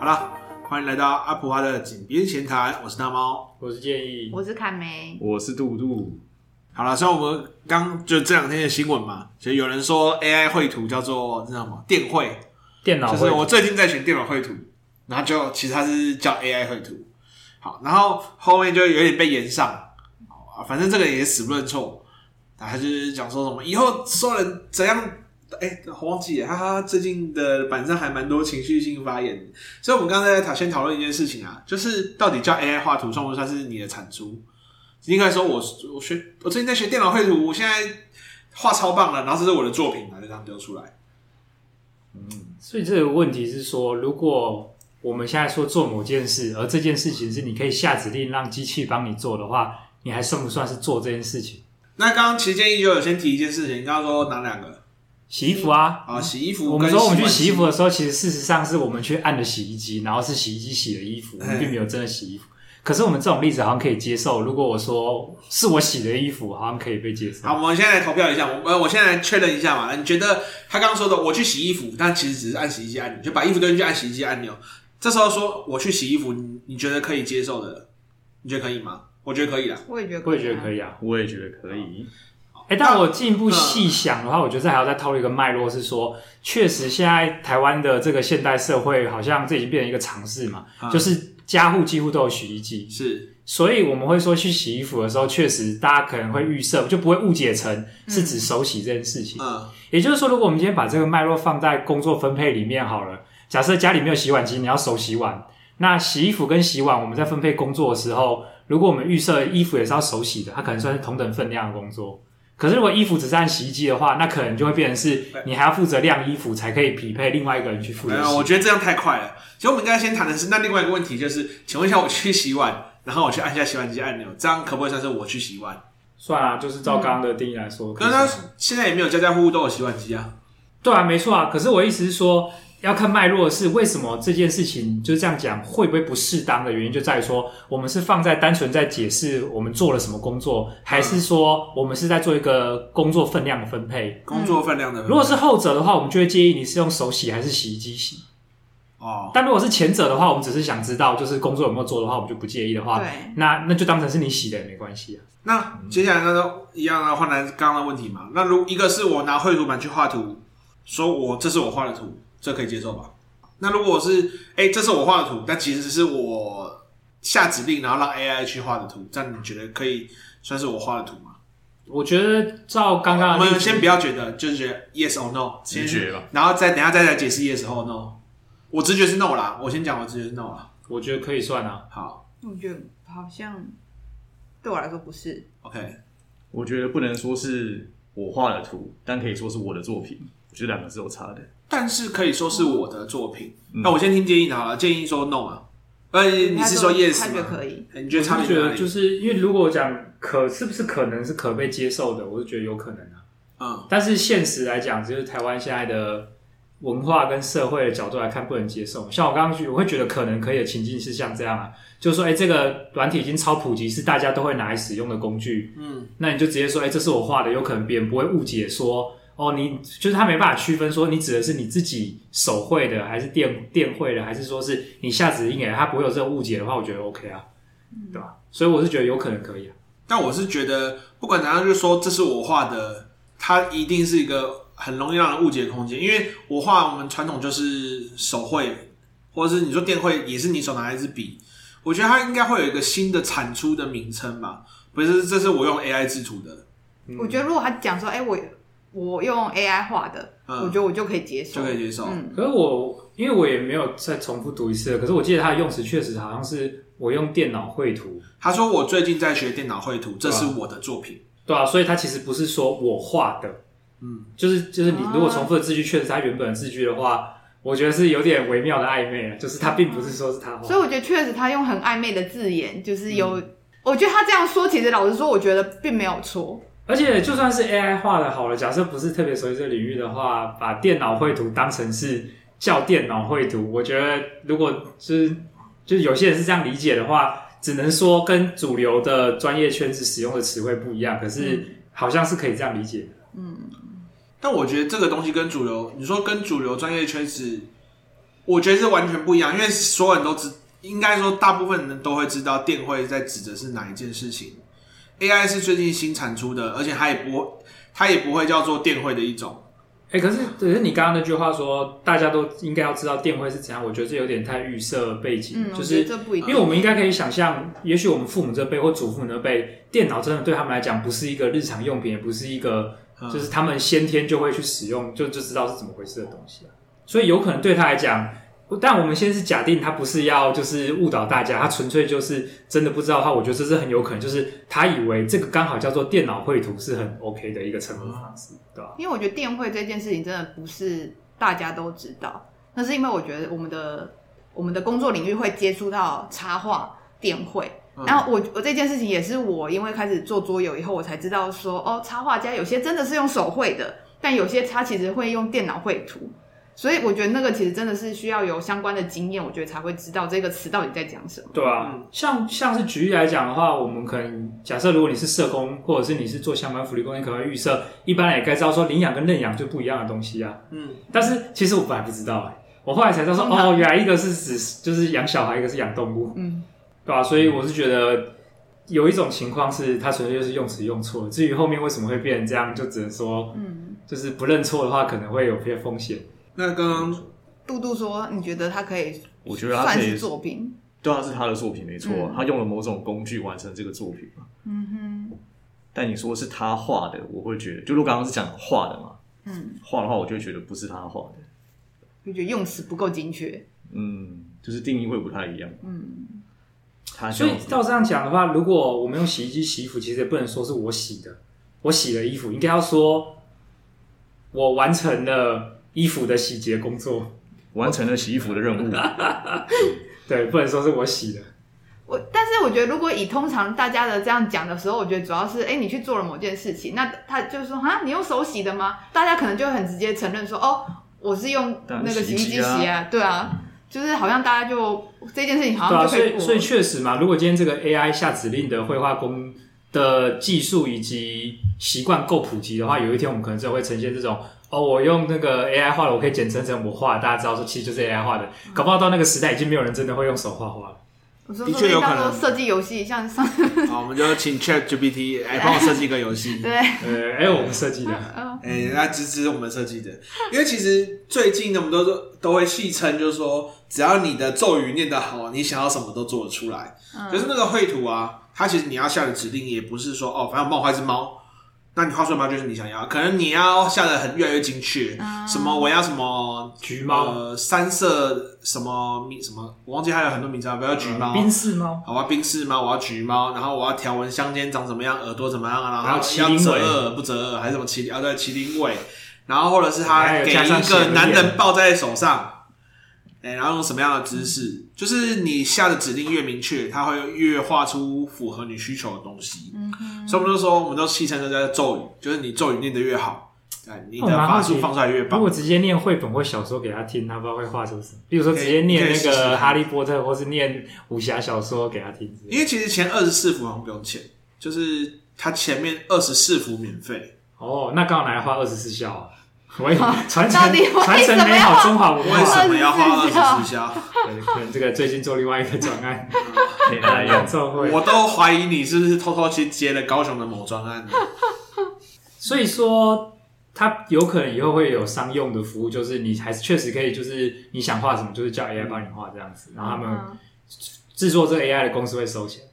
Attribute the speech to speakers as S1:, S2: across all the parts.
S1: 好了，欢迎来到阿普蛙的井边闲谈，我是大猫。
S2: 我是建议，
S3: 我是凯梅，
S4: 我是杜杜，
S1: 好了，所以我们刚就这两天的新闻嘛，其实有人说 AI 绘图叫做那什么电绘，
S2: 电脑
S1: 就是
S2: 会
S1: 我最近在学电脑绘图，然后就其实它是叫 AI 绘图。好，然后后面就有点被延上，好啊反正这个也死不认错。然后他就是讲说什么以后所有人怎样，哎，我忘记了，哈哈，最近的板上还蛮多情绪性发言。所以我们刚才在讨先讨论一件事情啊，就是到底叫 AI 画图算不算是你的产出？应该说我我学我最近在学电脑绘图，我现在画超棒了，然后这是我的作品啊嘛，就这样丢出来。
S2: 所以这个问题是说，如果我们现在说做某件事，而这件事情是你可以下指令让机器帮你做的话，你还算不算是做这件事情？
S1: 那刚刚其实建议就有先提一件事情，刚刚说哪两个
S2: 洗衣服啊，
S1: 啊？洗衣服。
S2: 我们说我们去洗衣服，的时候，其实事实上是我们去按了洗衣机，然后是洗衣机洗了衣服，
S1: 哎
S2: 我们并没有真的洗衣服。可是我们这种例子好像可以接受。如果我说是我洗的衣服，好像可以被接受。
S1: 好，我们现在来投票一下，我呃，我现在来确认一下嘛。你觉得他刚刚说的我去洗衣服，但其实只是按洗衣机按钮，就把衣服丢进去按洗衣机按钮。这时候说我去洗衣服，你你觉得可以接受的，你觉得可以吗？我觉得可以啦。
S3: 我也觉得，
S2: 我也觉得可
S3: 以
S2: 以啊。
S4: 我也觉得可以。
S2: 哎、但我进一步细想的话，我觉得这还要再套入一个脉络，是说，确实现在台湾的这个现代社会，好像这已经变成一个常识嘛，
S4: 嗯
S1: 啊
S2: 就是家户几乎都有洗衣机，
S1: 是
S2: 所以我们会说去洗衣服的时候，确实大家可能会预设，就不会误解成是指手洗这件事情。
S1: 嗯，
S2: 也就是说，如果我们今天把这个脉络放在工作分配里面好了，假设家里没有洗碗机，你要手洗碗，那洗衣服跟洗碗，我们在分配工作的时候，如果我们预设衣服也是要手洗的，它可能算是同等分量的工作。可是如果衣服只是按洗衣机的话，那可能就会变成是你还要负责晾衣服，才可以匹配另外一个人去负
S1: 没
S2: 责
S1: 有，我
S2: 洗。
S1: 觉得这样太快了。其实我们应该先谈的是，那另外一个问题就是，请问一下，我去洗碗，然后我去按下洗碗机按钮，这样可不可以算是我去洗碗？
S2: 算啊，就是照刚刚的定义来说，
S1: 可是他现在也没有家家户户都有洗碗机啊。
S2: 对啊，没错啊。可是我意思是说，要看脉络是为什么这件事情就是这样讲，会不会不适当的原因就在于说，我们是放在单纯在解释我们做了什么工作，还是说我们是在做一个工作分量的分配？
S1: 工作分量的分配。
S2: 嗯如果是后者的话，我们就会建议你是用手洗还是洗衣机洗。
S1: 哦，
S2: 但如果是前者的话，我们只是想知道就是工作有没有做的话，我们就不介意的话，
S3: 对，
S2: 那那就当成是你洗的也没关系啊。
S1: 那接下来呢，一样啊的换来刚刚的问题嘛。那如一个是我拿绘图板去画图，说我这是我画的图，这可以接受吧？那如果是哎、这是我画的图，但其实是我下指令然后让 AI 去画的图，这样你觉得可以算是我画的图吗？
S2: 我觉啊得照刚刚
S1: 我
S2: 的例
S1: 们
S2: 子
S1: 先不要觉得，就是觉得 yes or no，
S4: 直觉吧，
S1: 先然后再等一下再来解释 yes or no。我直觉是 no 啦，我先讲我直觉是 no 啦。
S2: 我觉得可以算啊。
S1: 好
S3: 我觉得好像对我来说不是，
S1: ，OK，
S4: 我觉得不能说是我画的图，但可以说是我的作品。我觉得两个是有差的。
S1: 但是可以说是我的作品。
S4: 嗯
S1: 那我先听建议的好了，建议说 no 啊，呃，你是说 yes
S3: 他觉得
S1: 吗？
S3: 可以，
S1: 你觉得差
S2: 我
S1: 别
S2: 是觉
S1: 在哪
S2: 得
S1: 里？
S2: 就是因为如果我讲可是不是可能是可被接受的，我是觉得有可能啊。
S1: 嗯，
S2: 但是现实来讲，就是台湾现在的文化跟社会的角度来看，不能接受。像我刚刚去，我会觉得可能可以的情境是像这样啊，就是说，哎、这个软体已经超普及，是大家都会拿来使用的工具。
S1: 嗯，
S2: 那你就直接说，哎、这是我画的，有可能别人不会误解说。哦，你就是他没办法区分说你指的是你自己手绘的，还是电电绘的，还是说是你下指令给他，他不会有这种误解的话，我觉得 OK 啊。对吧？所以我是觉得有可能可以啊。
S1: 但我是觉得嗯不管怎样，就是说这是我画的，它一定是一个很容易让人误解的空间，因为我画我们传统就是手绘，或者是你说电绘，也是你手拿一支笔，我觉得它应该会有一个新的产出的名称
S3: 嗯
S1: 吧，不是这是我用 AI 制图的，
S3: 我觉得如果他讲说，哎、我我用 AI 画的，
S1: 嗯
S2: 啊
S3: 我觉得我就可以接受，
S1: 就可以接受。
S3: 嗯，
S2: 可是我因为我也没有再重复读一次了，可是我记得它的用词确实好像是我用电脑绘图，
S1: 他说我最近在学电脑绘图，这是我的作品。
S2: 对啊，所以它其实不是说我画的，
S1: 嗯，
S2: 就是就是你
S3: 啊
S2: 如果重复的字句确实它原本的字句的话，我觉得是有点微妙的暧昧啊，就是它并不是说是他
S3: 所以
S2: 画。
S3: 我觉得确实他用很暧昧的字眼，就是有，
S1: 嗯
S3: 我觉得他这样说，其实老实说，我觉得并没有错，
S2: 而且就算是 AI 画的好了，假设不是特别熟悉这个领域的话，把电脑绘图当成是叫电脑绘图，我觉得如果就是就是有些人是这样理解的话，只能说跟主流的专业圈子使用的词汇不一样，可是好像是可以这样理解的。
S3: 嗯，
S1: 但我觉得这个东西跟主流，你说跟主流专业圈子，我觉得是完全不一样，因为所有人都知，应该说大部分人都会知道电会在指的是哪一件事情。AI 是最近新产出的，而且它也不，它也不会叫做电会的一种。
S2: 哎、可是可是你刚刚那句话说，大家都应该要知道电会是怎样，我觉得这有点太预设背景，
S3: 嗯，
S2: 就
S3: 我
S2: 是
S3: 觉得这不一定，
S2: 因为我们应该可以想象，也许我们父母这辈或祖父母那辈，电脑真的对他们来讲不是一个日常用品，也不是一个
S1: 嗯
S2: 就是他们先天就会去使用，就就知道是怎么回事的东西啊。所以有可能对他来讲，但我们先是假定他不是要就是误导大家，他纯粹就是真的不知道的话，我觉得这是很有可能，就是他以为这个刚好叫做电脑绘图是很 OK 的一个称呼方
S3: 嗯
S2: 式，对吧、
S3: 因为我觉得电绘这件事情真的不是大家都知道，那是因为我觉得我们的我们的工作领域会接触到插画电绘。
S1: 嗯
S3: 然后我我这件事情也是我因为开始做桌游以后，我才知道说哦，插画家有些真的是用手绘的，但有些他其实会用电脑绘图，所以我觉得那个其实真的是需要有相关的经验，我觉得才会知道这个词到底在讲什么。
S2: 对啊
S1: 嗯，
S2: 像像是举例来讲的话，我们可能假设如果你是社工，或者是你是做相关福利工，你可能会预设，一般人也该知道说领养跟认养就不一样的东西啊。
S1: 嗯，
S2: 但是其实我本来不知道哎、我后来才知道说，
S3: 通常
S2: 哦，原来一个是指就是养小孩，一个是养动物，
S3: 嗯，
S2: 对吧、所以我是觉得有一种情况是它纯粹就是用词用错了，至于后面为什么会变成这样，就只能说
S3: 嗯，
S2: 就是不认错的话，可能会有些风险。
S1: 那刚刚
S3: 杜杜说你觉得他可以
S4: 我觉得他
S3: 算
S4: 可
S3: 是
S4: 以，
S3: 作品？
S4: 对啊，是他的作品没错啊，
S3: 嗯
S4: 他用了某种工具完成这个作品嘛。
S3: 嗯
S4: 但你说是他画的，我会觉得，就如果刚刚是讲画的嘛，
S3: 哼，嗯，
S4: 画的话，我就会觉得不是他画的，
S3: 就觉得用词不够精确。
S4: 嗯，就是定义会不太一样。
S3: 嗯。
S4: 他
S2: 所以
S4: 像是
S2: 照这样讲的话，如果我们用洗衣机洗衣服，其实也不能说是我洗的，我洗了衣服，应该要说我完成了衣服的洗洁工作。
S4: 完成了洗衣服的任务，
S2: 对，不能说是我洗的。
S3: 我，但是我觉得，如果以通常大家的这样讲的时候，我觉得主要是，哎、你去做了某件事情，那他就是说，啊，你用手洗的吗？大家可能就会很直接承认说，哦，我是用
S4: 当
S3: 那
S4: 然
S3: 个洗衣
S4: 洗衣
S3: 机
S4: 机啊
S3: 洗啊，对啊，就是好像大家就这件事情好
S2: 对啊，
S3: 像就
S2: 所
S3: 可以
S2: 以
S3: 过
S2: 所以
S3: 了。
S2: 确实嘛，如果今天这个 AI 下指令的绘画工的技术以及习惯够普及的话，有一天我们可能就会呈现这种哦，我用那个 AI 画的，我可以简称成我画的，大家知道说其实就是 AI 画的。搞不好到那个时代，已经没有人真的会用手画 画了。
S3: 我说，
S1: 的
S3: 说
S1: 确
S3: 不
S1: 有
S3: 定
S1: 可
S3: 到时候
S1: 能
S3: 设计游戏，像上
S1: 好，我们就请 Chat GPT 来帮我设计一个游戏。
S3: 对，
S2: 呃，哎，我们设计的。
S3: 嗯
S1: 哎、那支持我们设计的，因为其实最近呢，我们都说都会戏称，就是说，只要你的咒语念得好，你想要什么都做得出来。可是那个绘图啊，它其实你要下的指令也不是说哦，反正我帮我画一只猫，那你画出来猫就是你想要，可能你要下的很越来越精确，
S3: 嗯
S1: 什么我要什么
S2: 橘猫
S1: 呃、三色什么米什么，我忘记它有很多名字啊，不要橘猫。
S2: 冰室猫，
S1: 好我要冰室猫，我要橘猫，然后我要条纹香间长怎么样，耳朵怎么样，啊然后
S2: 还有
S1: 要
S2: 麒麟尾
S1: 折耳不折耳，还是什么麒麟啊？对，麒麟尾，然后或者是他
S2: 还有
S1: 给
S2: 加上
S1: 一
S2: 斜
S1: 个
S2: 眼
S1: 男人抱在手上，哎、然后用什么样的姿势？就是你下的指令越明确，它会越画出符合你需求的东西。
S3: 嗯
S1: 所以我们就说，我们都戏称这叫咒语，就是你咒语念得越好，哎，你
S2: 哦
S1: 的
S2: 蛮好
S1: 法术
S2: 奇
S1: 放出来越
S2: 如
S1: 棒
S2: 果。直接念绘本或小说给他听，他不知道会画出什么。比如说直接
S1: 可以
S2: 念那
S1: 可以试试
S2: 个《
S1: 看
S2: 哈利波特》，或是念武侠小说给他听之类的。
S1: 因为其实前二十四幅好像不用钱，就是它前面二十四幅免费。
S2: 哦，那刚好拿来画二十四孝啊， 我也传承
S3: 到底为什么要
S2: 传承美好中华文
S1: 为
S2: 化。
S1: 什么要画二
S3: 24
S1: 十四消？
S2: 对可能这个最近做另外一个专 案，
S4: 可以拿来用
S2: 演。奏会。
S1: 啊我都怀疑你是不是偷偷去接了高雄的某专案呢？
S2: 所以说，它有可能以后会有商用的服务，就是你还是确实可以，就是你想画什么，就是叫 AI 帮你画这样子，然后他们
S3: 嗯
S2: 制作这个 AI 的公司会收钱。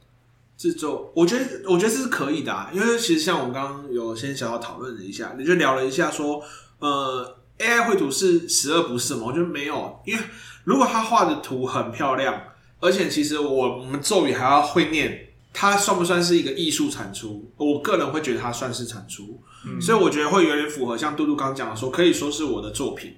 S1: 制作，我觉得我觉得这是可以的、啊，因为其实像我们刚刚有先小小讨论了一下，你就聊了一下说，呃，AI 绘图是十恶不赦吗？我觉得没有，因为如果他画的图很漂亮，而且其实我我们咒语还要会念，它算不算是一个艺术产出？我个人会觉得它算是产出，
S2: 嗯
S1: 所以我觉得会有点符合像杜杜刚刚讲的说，可以说是我的作品，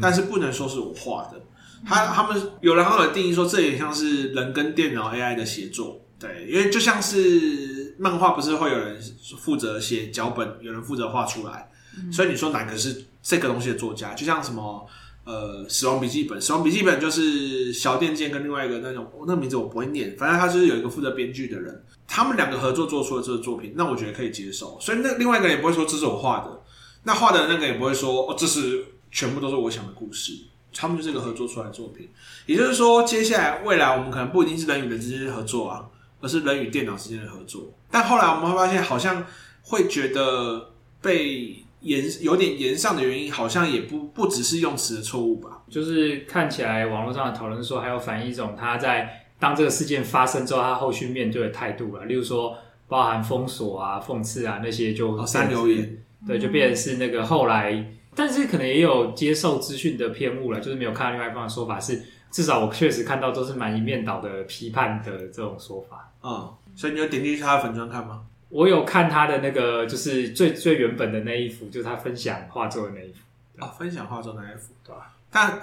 S1: 但是不能说是我画的。他他们有人他们有定义说，这也像是人跟电脑 AI 的协作，对，因为就像是漫画，不是会有人负责写脚本，有人负责画出来，所以你说哪个是这个东西的作家？就像什么呃《死亡笔记本》，《死亡笔记本》就是小电剑跟另外一个那种哦那个名字我不会念，反正他就是有一个负责编剧的人，他们两个合作做出了这个作品，那我觉得可以接受。所以那另外一个人也不会说这是我画的，那画的那个也不会说哦，这是全部都是我想的故事，他们就是一个合作出来的作品。也就是说，接下来未来我们可能不一定是人与人之间的合作啊，而是人与电脑之间的合作。但后来我们会发现，好像会觉得被延有点延上的原因，好像也不不只是用词的错误吧？
S2: 就是看起来网络上的讨论说，还有反映一种他在当这个事件发生之后，他后续面对的态度了。啊例如说，包含封锁啊、讽刺啊那些就，
S1: 哦删留言，
S2: 对，就变成是那个后来，但是可能也有接受资讯的偏误了，就是没有看到另外一方的说法是，至少我确实看到都是蛮一面倒的批判的这种说法。
S1: 嗯，所以你就点进去他的粉砖看吗？
S2: 我有看他的那个，就是最最原本的那一幅，就是他分享画作的那一幅。
S1: 哦，分享画中的 F，
S2: 对吧
S1: 但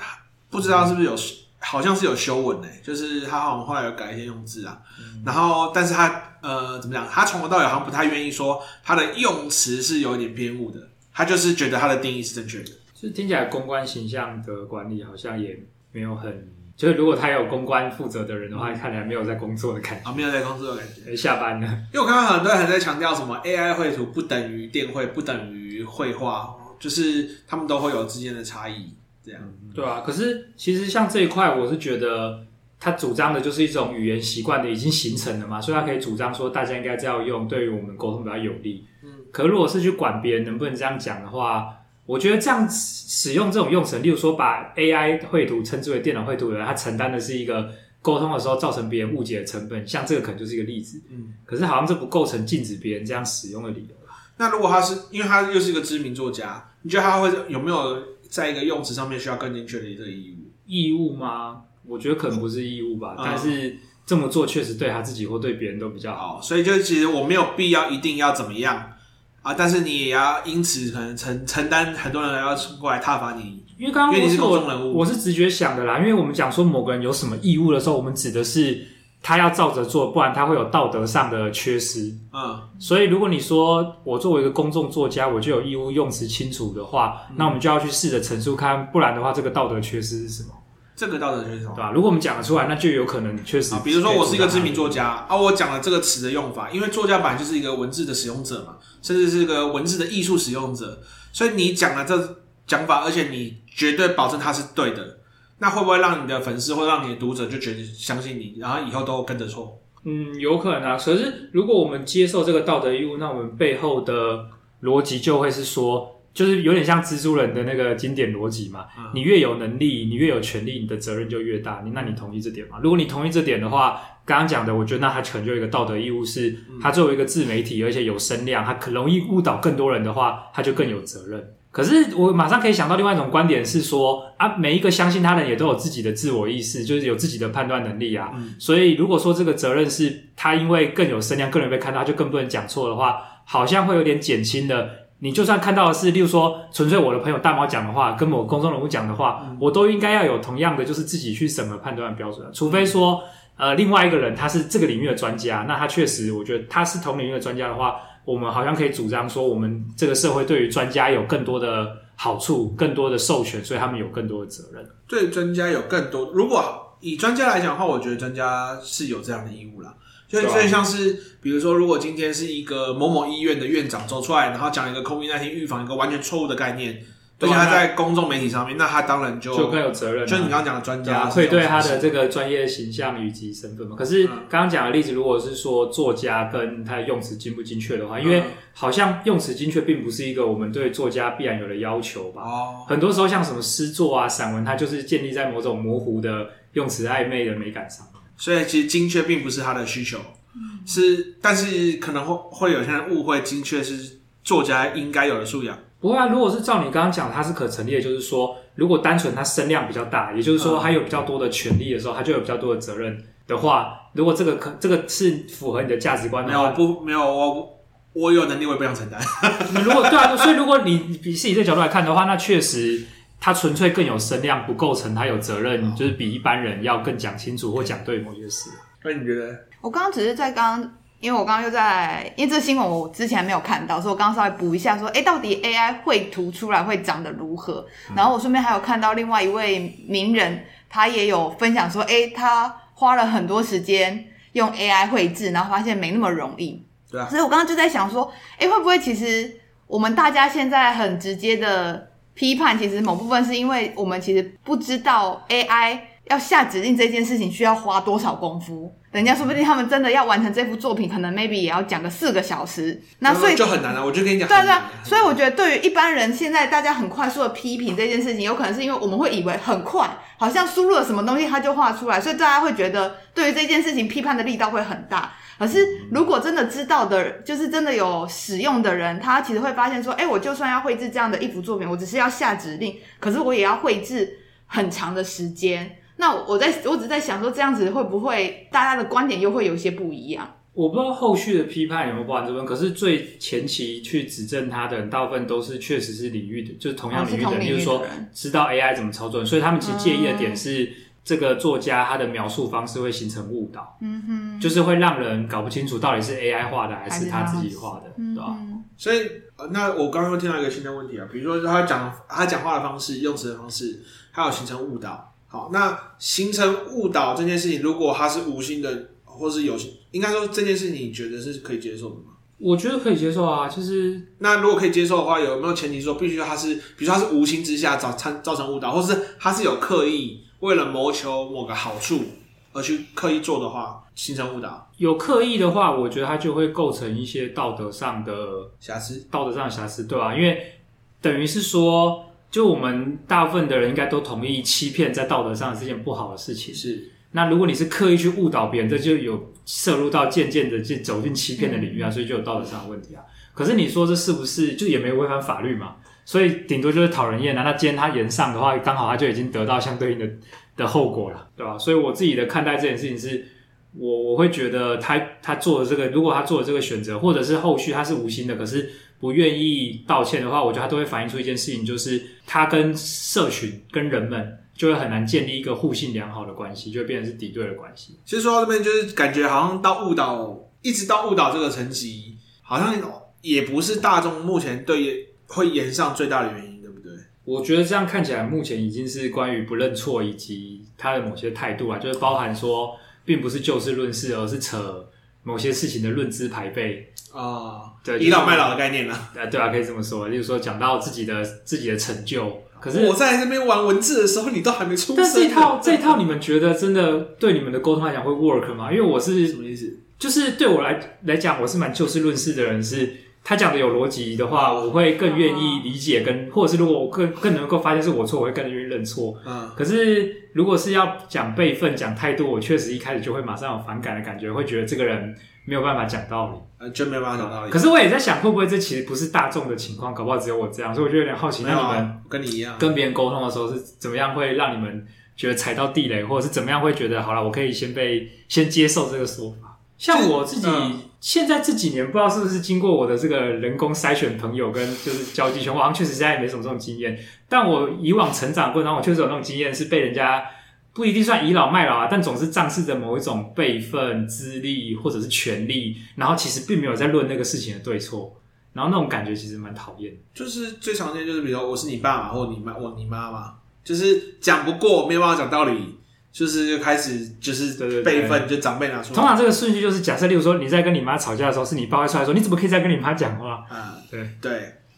S1: 不知道是不是有，好像是有修文呢、就是他好像后来有改一些用字啊，然后但是他呃怎么讲，他从头到尾好像不太愿意说他的用词是有点偏误的，他就是觉得他的定义是正确的。
S2: 就是听起来公关形象的管理好像也没有很，就是如果他有公关负责的人的话，看起来没有在工作的感
S1: 啊，没有在公司的感觉，
S2: 觉。下班了，
S1: 因为我看到很多人还在强调什么 AI 绘图不等于电绘，不等于绘画，就是他们都会有之间的差异。这样，
S2: 对啊。可是其实像这一块，我是觉得他主张的就是一种语言习惯的已经形成了嘛，所以他可以主张说大家应该这样用，对于我们沟通比较有利。
S1: 嗯，
S2: 可如果是去管别人能不能这样讲的话，我觉得这样使使用这种用词，例如说把 AI 绘图称之为电脑绘图的人，他承担的是一个沟通的时候造成别人误解的成本，像这个可能就是一个例子。
S1: 嗯，
S2: 可是好像这不构成禁止别人这样使用的理由啦。
S1: 那如果他是因为他又是一个知名作家，你觉得他会有没有在一个用词上面需要更精确的一个义务？
S2: 义务吗？我觉得可能不是义务吧，
S1: 嗯
S2: 但是这么做确实对他自己或对别人都比较好。
S1: 好，所以就其实我没有必要一定要怎么样啊，但是你也要因此可能承承担很多人要过来挞伐你，
S2: 因为刚
S1: 因
S2: 刚
S1: 为
S2: 我
S1: 你是
S2: 是
S1: 公
S2: 我
S1: 众人物
S2: 我是直觉想的啦，因为我们讲说某个人有什么义务的时候，我们指的是他要照着做，不然他会有道德上的缺失。
S1: 嗯，
S2: 所以，如果你说我作为一个公众作家，我就有义务用词清楚的话，
S1: 嗯
S2: 那我们就要去试着陈述看，不然的话，这个道德缺失是什么，
S1: 这个道德缺失
S2: 对吧、如果我们讲得出来，那就有可能确实、
S1: 啊，比如说我是一个知名作，家啊，我讲了这个词的用法，因为作家本来就是一个文字的使用者嘛，甚至是个文字的艺术使用者，所以你讲了这讲法，而且你绝对保证它是对的，那会不会让你的粉丝或让你的读者就觉得相信你，然后以后都跟着错？
S2: 嗯，有可能啊。可是，如果我们接受这个道德义务，那我们背后的逻辑就会是说，就是有点像蜘蛛人的那个经典逻辑嘛。
S1: 嗯
S2: 你越有能力，你越有权利，你的责任就越大。你那你同意这点吗？如果你同意这点的话，刚刚讲的，我觉得那他可能就有一个道德义务是，他作为一个自媒体，而且有声量，他可容易误导更多人的话，他就更有责任。可是我马上可以想到另外一种观点是说，啊，每一个相信他的人也都有自己的自我意识，就是有自己的判断能力啊。
S1: 嗯
S2: 所以如果说这个责任是他因为更有声量、更容易被看到，他就更不能讲错的话，好像会有点减轻了。你就算看到的是，例如说纯粹我的朋友大猫讲的话，跟某公众人物讲的话，我都应该要有同样的就是自己去审核判断的标准啊，除非说。呃，另外一个人他是这个领域的专家，那他确实，我觉得他是同领域的专家的话，我们好像可以主张说，我们这个社会对于专家有更多的好处，更多的授权，所以他们有更多的责任。
S1: 对专家有更多。如果以专家来讲的话，我觉得专家是有这样的义务啦。所以，
S2: 对啊
S1: 所以像是比如说，如果今天是一个某某医院的院长走出来，然后讲一个 COVID 那天预防一个完全错误的概念，而
S2: 对
S1: 且
S2: 啊
S1: 他在公众媒体上面，那他当然就
S2: 就更有责任、啊，
S1: 就你刚刚讲的专
S2: 对啊
S1: 家
S2: 会对他的
S1: 这
S2: 这个专业形象以及身份嘛。可是
S1: 嗯
S2: 刚刚讲的例子，如果是说作家跟他的用词精不精确的话，因为
S1: 嗯
S2: 好像用词精确并不是一个我们对作家必然有的要求吧。
S1: 哦，
S2: 很多时候像什么诗作啊、散文，它就是建立在某种模糊的用词暧昧的美感上。
S1: 所以其实精确并不是他的需求，是但是可能会会有些人误会精确是作家应该有的素养。
S2: 不过、啊，如果是照你刚刚讲，它是可成立的，就是说，如果单纯它声量比较大，也就是说
S1: 嗯
S2: 它有比较多的权利的时候，它就有比较多的责任的话，如果这个可这个是符合你的价值观
S1: 没
S2: 的
S1: 有
S2: 话，
S1: 不没有我我有能力，我也不想承担。
S2: 你如果对啊，所以如果你你是以这角度来看的话，那确实它纯粹更有声量，不构成它有责任，就是比一般人要更讲清楚或讲对某些事。
S1: 那你觉得？
S3: 我刚刚只是在刚刚，因为我刚刚又在，因为这新闻我之前没有看到，所以我刚刚稍微补一下说，哎，到底 AI 绘图出来会长得如何？然后我顺便还有看到另外一位名人，他也有分享说，哎，他花了很多时间用 AI 绘制，然后发现没那么容易。
S1: 对啊
S3: 所以我刚刚就在想说，哎，会不会其实？我们大家现在很直接的批判，其实某部分是因为我们其实不知道 AI 要下指令这件事情需要花多少功夫。人家说不定他们真的要完成这部作品，可能 maybe 也要讲个四个小时。那所以
S1: 就很难啊！我就跟你讲，
S3: 对啊
S1: 很
S3: 对
S1: 难
S3: 啊，所以我觉得对于一般人，现在大家很快速的批评这件事情，有可能是因为我们会以为很快，好像输入了什么东西它就画出来，所以大家会觉得对于这件事情批判的力道会很大。可是如果真的知道的人，就是真的有使用的人，他其实会发现说，哎，我就算要绘制这样的一幅作品，我只是要下指令，可是我也要绘制很长的时间。那我我在我只在想说，这样子会不会大家的观点又会有一些不一样？
S2: 我不知道后续的批判有没有包含这部分，可是最前期去指正他的人，大部分都是确实是领域的，就是同样
S3: 哦是
S2: 领域的
S3: 同
S2: 人，
S3: 领域
S2: 就是说
S3: 的人
S2: 知道 AI 怎么操作，所以他们其实介意的点是、这个作家他的描述方式会形成误导，
S3: 嗯哼，
S2: 就是会让人搞不清楚到底是 AI 画的还
S3: 还是
S2: 是他自己画的，对
S3: 嗯
S2: 吧、
S3: 哼，
S1: 所以，呃那我刚刚又听到一个新的问题啊，比如说他讲他讲话的方式、用词的方式，还有形成误导。好，那形成误导这件事情，如果他是无心的，或是有心，应该说这件事情你觉得是可以接受的吗？
S2: 我觉得可以接受啊，就是
S1: 那如果可以接受的话，有没有前提说必须他是，比如说他是无心之下造成造成误导，或是他是有刻意为了谋求某个好处而去刻意做的话，形成误导
S2: 有刻意的话，我觉得它就会构成一些道德上的
S1: 瑕疵？
S2: 道德上的瑕疵，对吧、啊因为等于是说，就我们大部分的人应该都同意，欺骗在道德上是件不好的事情。
S1: 是
S2: 那如果你是刻意去误导别人，这就有涉入到渐渐的就走进欺骗的领域啊，所以就有道德上的问题啊。可是你说这是不是就也没违反法律嘛？所以顶多就是讨人厌啊。那今天他言上的话，刚好他就已经得到相对应的的后果了，对吧？所以我自己的看待这件事情是，我我会觉得他他做的这个，如果他做的这个选择，或者是后续他是无心的，可是不愿意道歉的话，我觉得他都会反映出一件事情，就是他跟社群、跟人们就会很难建立一个互信良好的关系，就会变成是敌对的关系。
S1: 其实说到这边，就是感觉好像到误导，一直到误导这个层级，好像也不是大众目前对会延上最大的原因，对不对？
S2: 我觉得这样看起来，目前已经是关于不认错以及他的某些态度啊，就是包含说，并不是就事论事，而是扯某些事情的论资排辈。
S1: 啊、
S2: 对
S1: 倚老卖老的概念啦。
S2: 呃，对啊，可以这么说。例如说，讲到自己的自己的成就，可是
S1: 我在这边玩文字的嗯时候，你都还没出生。
S2: 但这 一套这一套，你们觉得真的对你们的沟通来讲会 work 吗？因为我
S1: 什
S2: 是
S1: 么意思？
S2: 就是对我来来讲，我是蛮就事论事的人，是他讲的有逻辑的话，我会更愿意理解跟，或者是如果我更更能够发现是我错，我会更愿意认错。
S1: 嗯，
S2: 可是如果是要讲辈分、讲态度，我确实一开始就会马上有反感的感觉，会觉得这个人没有办法讲道理。
S1: 呃，真没办法讲道理。
S2: 可是我也在想，会不会这其实不是大众的情况，搞不好只有我这样，所以我就有点好奇，
S1: 没
S2: 那
S1: 有
S2: 你们
S1: 啊，跟你一样。
S2: 跟别人沟通的时候是怎么样会让你们觉得踩到地雷，或者是怎么样会觉得好了，我可以先被先接受这个说法。像我自己、
S1: 嗯
S2: 现在这几年，不知道是不是经过我的这个人工筛选朋友跟就是交际圈，我好像确实现在也没什么这种经验。但我以往成长过程当中，我确实有那种经验是被人家不一定算倚老卖老啊，但总是仗势着某一种辈分、资历或者是权利，然后其实并没有在论那个事情的对错，然后那种感觉其实蛮讨厌的。
S1: 就是最常见就是，比如说我是你爸嘛，或你妈，我你妈嘛，就是讲不过，没有办法讲道理，就是就开始就是
S2: 对对对
S1: 辈分，就长辈拿出来。
S2: 通常这个顺序就是假设，例如说你在跟你妈吵架的时候，是你爸会出来说：“你怎么可以在跟你妈讲话
S1: 啊，
S2: 对
S1: 对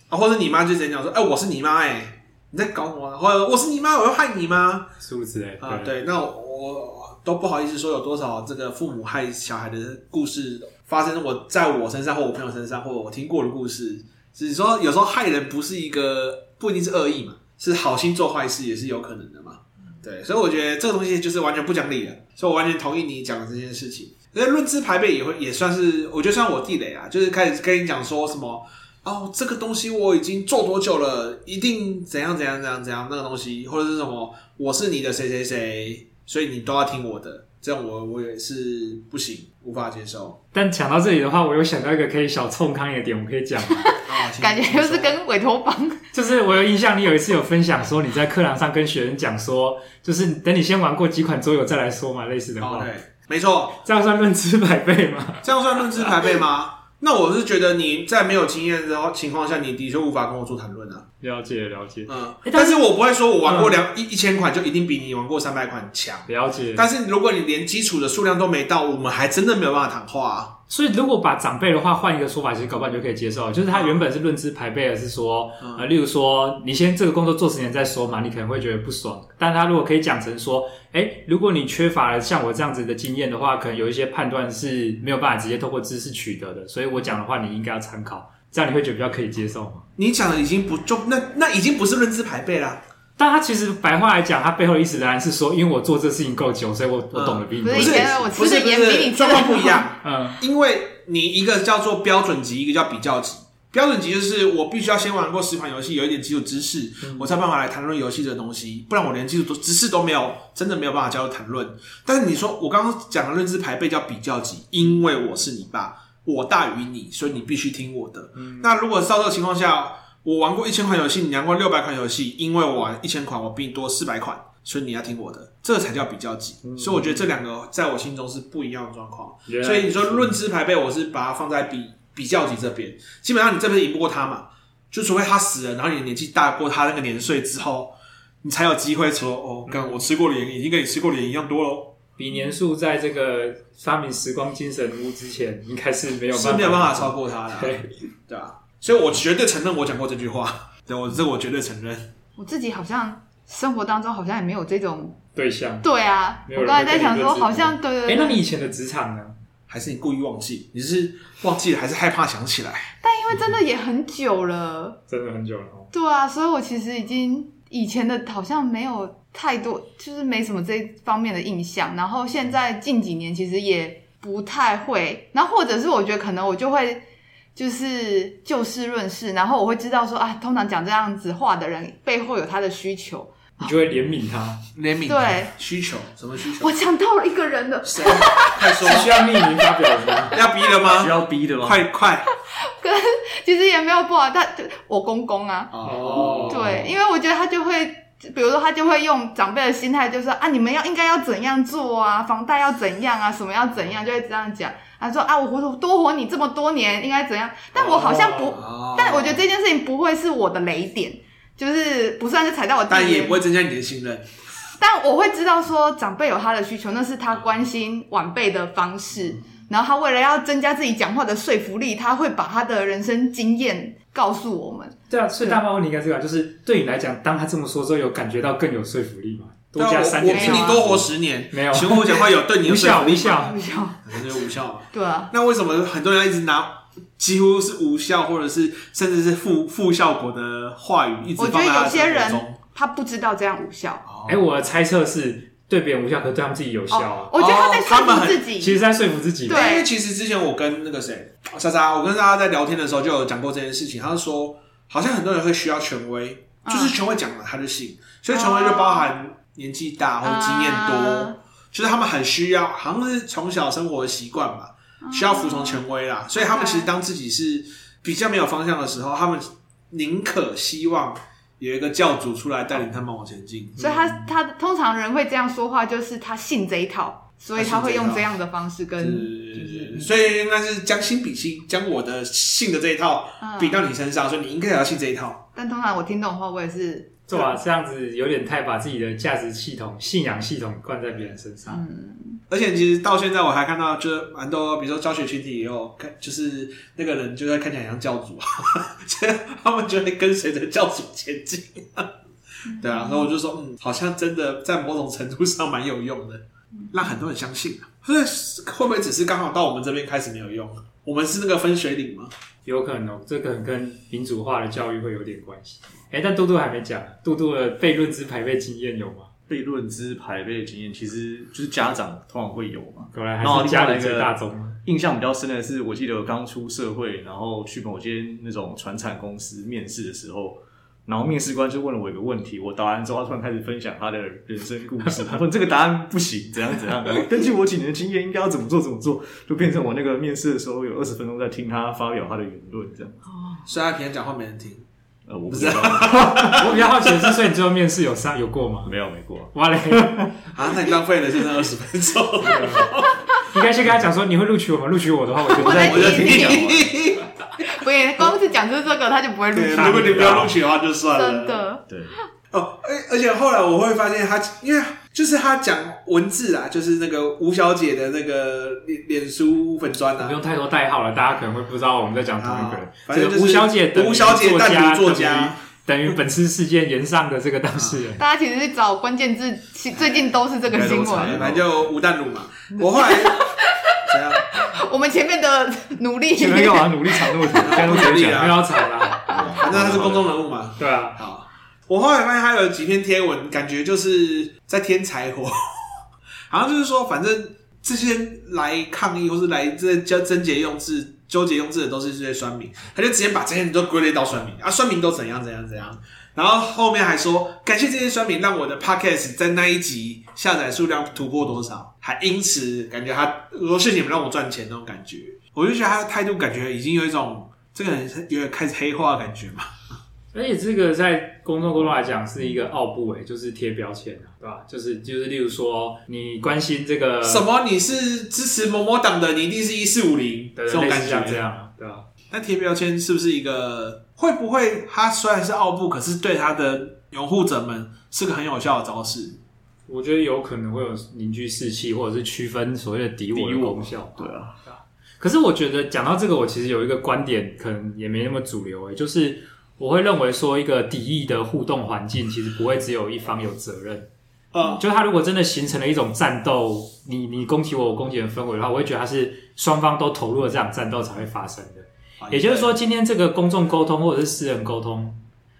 S1: 啊，或者你妈就直接讲说，哎、我是你妈哎、你在搞我啊，或者我是你妈，我要害你妈？”
S2: 是不是？哎，
S1: 啊，，对，那我我都不好意思说有多少这个父母害小孩的故事发生我在我身上或我朋友身上或我听过的故事，只是说有时候害人不是一个不一定是恶意嘛，是好心做坏事也是有可能的嘛。对，所以我觉得这个东西就是完全不讲理的，所以我完全同意你讲的这件事情。那论资排辈也会也算是，我觉得算我地雷啊，就是开始跟你讲说什么哦，这个东西我已经做多久了，一定怎样怎样怎样怎样那个东西，或者是什么我是你的谁谁谁，所以你都要听我的，这样我我也是不行，无法接受
S2: 但讲到这里的话，我有想到一个可以小冲康一的点，我可以讲吗，
S1: 啊，请
S3: 感觉就是
S1: 说
S3: 跟委托帮
S2: 就是我有印象，你有一次有分享说你在课堂上跟学生讲说，就是等你先玩过几款桌游再来说嘛，类似的
S1: 哦
S2: 话，
S1: 对，没错，
S2: 这样算论资百倍吗？
S1: 这样算论资排辈吗？那我是觉得你在没有经验的情况下，你的确无法跟我做谈论啊。
S2: 了解，了解，
S1: 嗯，
S2: 欸
S1: 但
S2: 但是
S1: 是我不会说我玩过两、一一千款就一定比你玩过三百款强。
S2: 了解。
S1: 但是如果你连基础的数量都没到，我们还真的没有办法谈话、啊。
S2: 所以如果把长辈的话换一个说法，其实搞不好你就可以接受，就是他原本是论资排辈的，是说，
S1: 嗯
S2: 呃，例如说你先这个工作做十年再说嘛，你可能会觉得不爽，但他如果可以讲成说，哎，如果你缺乏了像我这样子的经验的话，可能有一些判断是没有办法直接透过知识取得的，所以我讲的话你应该要参考，这样你会觉得比较可以接受吗？
S1: 你讲的已经不就那那已经不是论资排辈啦，
S2: 但他其实白话来讲，他背后的意思仍然是说，因为我做这事情够久，所以我我懂得比你
S3: 不
S2: 多
S3: 是以。前我
S1: 不
S3: 吃
S1: 是
S3: 的
S1: 不
S3: 盐比
S1: 是
S3: 你吃
S1: 状
S3: 的
S1: 况不一样，
S2: 嗯，
S1: 因为你一个叫做标准级，一个叫比较级。标准级就是我必须要先玩过十款游戏，有一点基础知识，我才有办法来谈论游戏这个东西，不然我连基础都知识都没有，真的没有办法加入谈论。但是你说我刚刚讲的认知排辈叫比较级，因为我是你爸，我大于你，所以你必须听我的。那如果到这个情况下，我玩过一千款游戏，你玩过六百款游戏，因为我玩一千款，我比你多四百款，所以你要听我的，这个才叫比较级。所以我觉得这两个在我心中是不一样的状况。
S2: 原来
S1: 所以你说论资排辈，我是把它放在比比较级这边。基本上你这边赢不过他嘛，就除非他死了，然后你的年纪大过他那个年岁之后，你才有机会说哦，刚我吃过的盐已经跟你吃过的盐一样多喽，
S2: 比年数在这个发明时光精神屋之前，应该是没有办法
S1: 是没有办法超过他的啊，
S2: 对，
S1: 对吧？所以我绝对承认我讲过这句话，对我这个我绝对承认。
S3: 我自己好像生活当中好像也没有这种。
S2: 对象。
S3: 对啊，
S2: 没有
S3: 我
S2: 人
S3: 刚才在想
S2: 会跟你
S3: 说，
S2: 论资
S3: 好像对对
S2: 哎，
S3: 对。
S2: 那你以前的职场呢？
S1: 还是你故意忘记？你是忘记了，还是害怕想起来？
S3: 但因为真的也很久了，
S2: 真的很久了哦。
S3: 对啊，所以我其实已经以前的好像没有太多，就是没什么这一方面的印象。然后现在近几年其实也不太会，然后或者是我觉得可能我就会就是就事论事，然后我会知道说啊，通常讲这样子话的人背后有他的需求。
S2: 你就会怜悯他，
S1: 怜悯
S3: 对
S1: 需求什么需求
S3: 我？想到了一个人的，
S1: 谁？ 快说！
S2: 需要匿名发表 吗？
S1: 要逼了
S4: 需
S1: 吗？
S4: 要逼的吗？
S1: 快快！
S3: 其实也没有不好，但我公公啊，
S2: 哦
S3: 对，因为我觉得他就会，比如说他就会用长辈的心态，就说啊，你们要应该要怎样做啊，房贷要怎样啊，什么要怎样，就会这样讲。他说啊，我活多活你这么多年，应该怎样？但我好像不，
S1: 哦
S3: 但我觉得这件事情不会是我的雷点，就是不算是踩到我地
S1: 但也
S3: 雷
S1: 不。会增加你的信任。
S3: 但我会知道说，长辈有他的需求，那是他关心晚辈的方式。然后他为了要增加自己讲话的说服力，他会把他的人生经验告诉我们。
S2: 对啊，所以大妈问题应该是这样，就是对你来讲，当他这么说之后，有感觉到更有说服力吗？多
S1: 对啊
S2: 加
S1: 我
S2: 三
S1: 我
S2: 点
S1: 比
S2: 三，
S3: 没
S1: 你
S3: 有啊
S1: 多活十年，
S2: 没有
S1: 请问我讲话有对你
S2: 无
S1: 有说
S2: 效
S1: 服
S2: 无
S1: 力吗？
S2: 效
S3: 不。晓
S1: 可能就是无效嘛。
S3: 对啊，
S1: 那为什么很多人一直拿几乎是无效，或者是甚至是负负效果的话语，一直
S3: 我
S1: 放
S3: 觉得
S1: 在他
S3: 有
S1: 的
S3: 些
S1: 生活
S3: 人
S1: 中？
S3: 他不知道这样无效。
S1: 哦
S2: 哎，我的猜测是对别人无效，可是对他们自己有效啊。
S3: 我觉得他在
S1: 哦他
S3: 说
S1: 们
S3: 服
S1: 很
S3: 自
S2: 其
S3: 己。
S2: 实在说服自己吧。
S3: 对
S1: 因为其实之前我跟那个谁莎莎，我跟莎莎在聊天的时候就有讲过这件事情，她就说好像很多人会需要权威，
S3: 嗯
S1: 就是权威讲了他就信，所以权威就包含年纪大或者经验多
S3: 啊，
S1: 就是他们很需要，好像是从小生活的习惯吧，需要服从权威啦，所以他们
S3: 嗯
S1: 其实当自己是比较没有方向的时候，他们宁可希望有一个教主出来带领他们往前进。
S3: 所以他他通常人会这样说话，就是他信这一套，所以他会用这样的方式跟
S1: 是，所以应该是将心比心，将我的信的这一套
S3: 嗯
S1: 比到你身上，所以你应该也要信这一套。
S3: 但通常我听懂的话，我也是
S2: 对啊，这样子有点太把自己的价值系统、信仰系统灌在别人身上。
S3: 嗯
S1: 而且其实到现在我还看到，就是蛮多，比如说教学群体也有看，就是那个人就在看起来很像教主，啊 所以他们就会跟随着教主前进。对啊，所以我就说，嗯，好像真的在某种程度上蛮有用的，让很多人相信啊。所以会不会只是刚好到我们这边开始没有用啊？我们是那个分水岭吗？
S2: 有可能、哦，这个跟民主化的教育会有点关系。哎，但杜杜还没讲，杜杜的悖论之排辈经验有吗？
S4: 被论资排辈的经验，其实就是家长通常会有嘛。
S2: 果然
S4: 然
S2: 还
S4: 后
S2: 是
S4: 另
S2: 家
S4: 外
S2: 里
S4: 一
S2: 最
S4: 个
S2: 大宗。
S4: 印象比较深的是，我记得我刚出社会，然后去某间那种船产公司面试的时候，然后面试官就问了我一个问题，我答完之后，他突然开始分享他的人生故事，他说这个答案不行，怎样怎样，然后根据我几年的经验，应该要怎么做怎么做，就变成我那个面试的时候有二十分钟在听他发表他的言论，这样。
S1: 虽然平常讲话没人听。
S4: 呃，我不知道，
S2: 我比较好奇的是，所以你最后面试有上有 过吗？
S4: 没有没过，
S2: 哇嘞！
S1: 啊，那你浪费了现在二十分钟。
S2: 应该先跟他讲说，你会录取我吗？录取我的话，我就
S3: 我
S1: 啊
S3: 在
S2: 在
S4: 我就听你讲完。
S3: 不也光是讲出这个，他就不会录
S1: 对，啊
S3: 取。
S1: 如果你不要录取的话，就算了。
S3: 真的，
S4: 对，
S1: 哦，而而且后来我会发现他，因为就是他讲文字啊，就是那个吴小姐的那个脸脸书粉砖
S2: 不
S1: 啊，
S2: 用太多代号了，大家可能会不知道我们在讲同一个人
S1: 啊。反正
S2: 这
S1: 就
S2: 个
S1: 是
S2: 吴小姐等于
S1: 吴小姐
S2: 作
S1: 但
S2: 家
S1: 女作
S2: 等于
S1: 家
S2: 等于本次事件延上的这个当 事人。
S3: 大家其实是找关键字，其最近都是这个新
S4: 应该都查
S3: 闻
S4: 得。
S1: 反正就吴淡如嘛。我 后来怎样？
S3: 我们前面的努力，
S4: 前 面干嘛努力藏那么久？现在 都
S1: 努
S4: 直
S1: 力啊
S4: 接讲。
S2: 不要吵啦，
S1: 反正他是公众人物嘛。
S2: 对啊，
S1: 好，我后来发现他有几篇贴文，感觉就是在添柴火，好像就是说，反正这些来抗议或是来这纠争结用字、纠结用字的都是这些酸民，他就直接把这些人都归类到酸民啊，酸民都怎样怎样怎样。然后后面还说，感谢这些酸民让我的 podcast 在那一集下载数量突破多少，还因此感觉他说谢谢你们让我赚钱那种感觉，我就觉得他的态度感觉已经有一种这个人有点开始黑化的感觉嘛。
S2: 而且这个在公众沟通来讲是一个奥布诶，就是贴标签啊，对吧？就是就是，例如说你关心这个
S1: 什么？你是支持某某党的，你一定是一四五零
S2: 对
S1: 这种
S2: 类
S1: 感
S2: 似像这
S1: 觉。
S2: 样啊，对吧？
S1: 那贴标签是不是一个？会不会他虽然是奥布，可是对他的拥护者们是个很有效的招式？
S2: 我觉得有可能会有凝聚士气，或者是区分所谓的敌我的
S4: 敌我
S2: 功效。
S4: 对啊，
S2: 可是我觉得讲到这个，我其实有一个观点，可能也没那么主流诶、欸就是我会认为说，一个敌意的互动环境，其实不会只有一方有责任。
S1: 呃，
S2: 就他如果真的形成了一种战斗，你你攻击我，我攻击你的氛围的话，我会觉得它是双方都投入了这场战斗才会发生的。
S1: 啊
S2: 啊也就是说，今天这个公众沟通或者是私人沟通，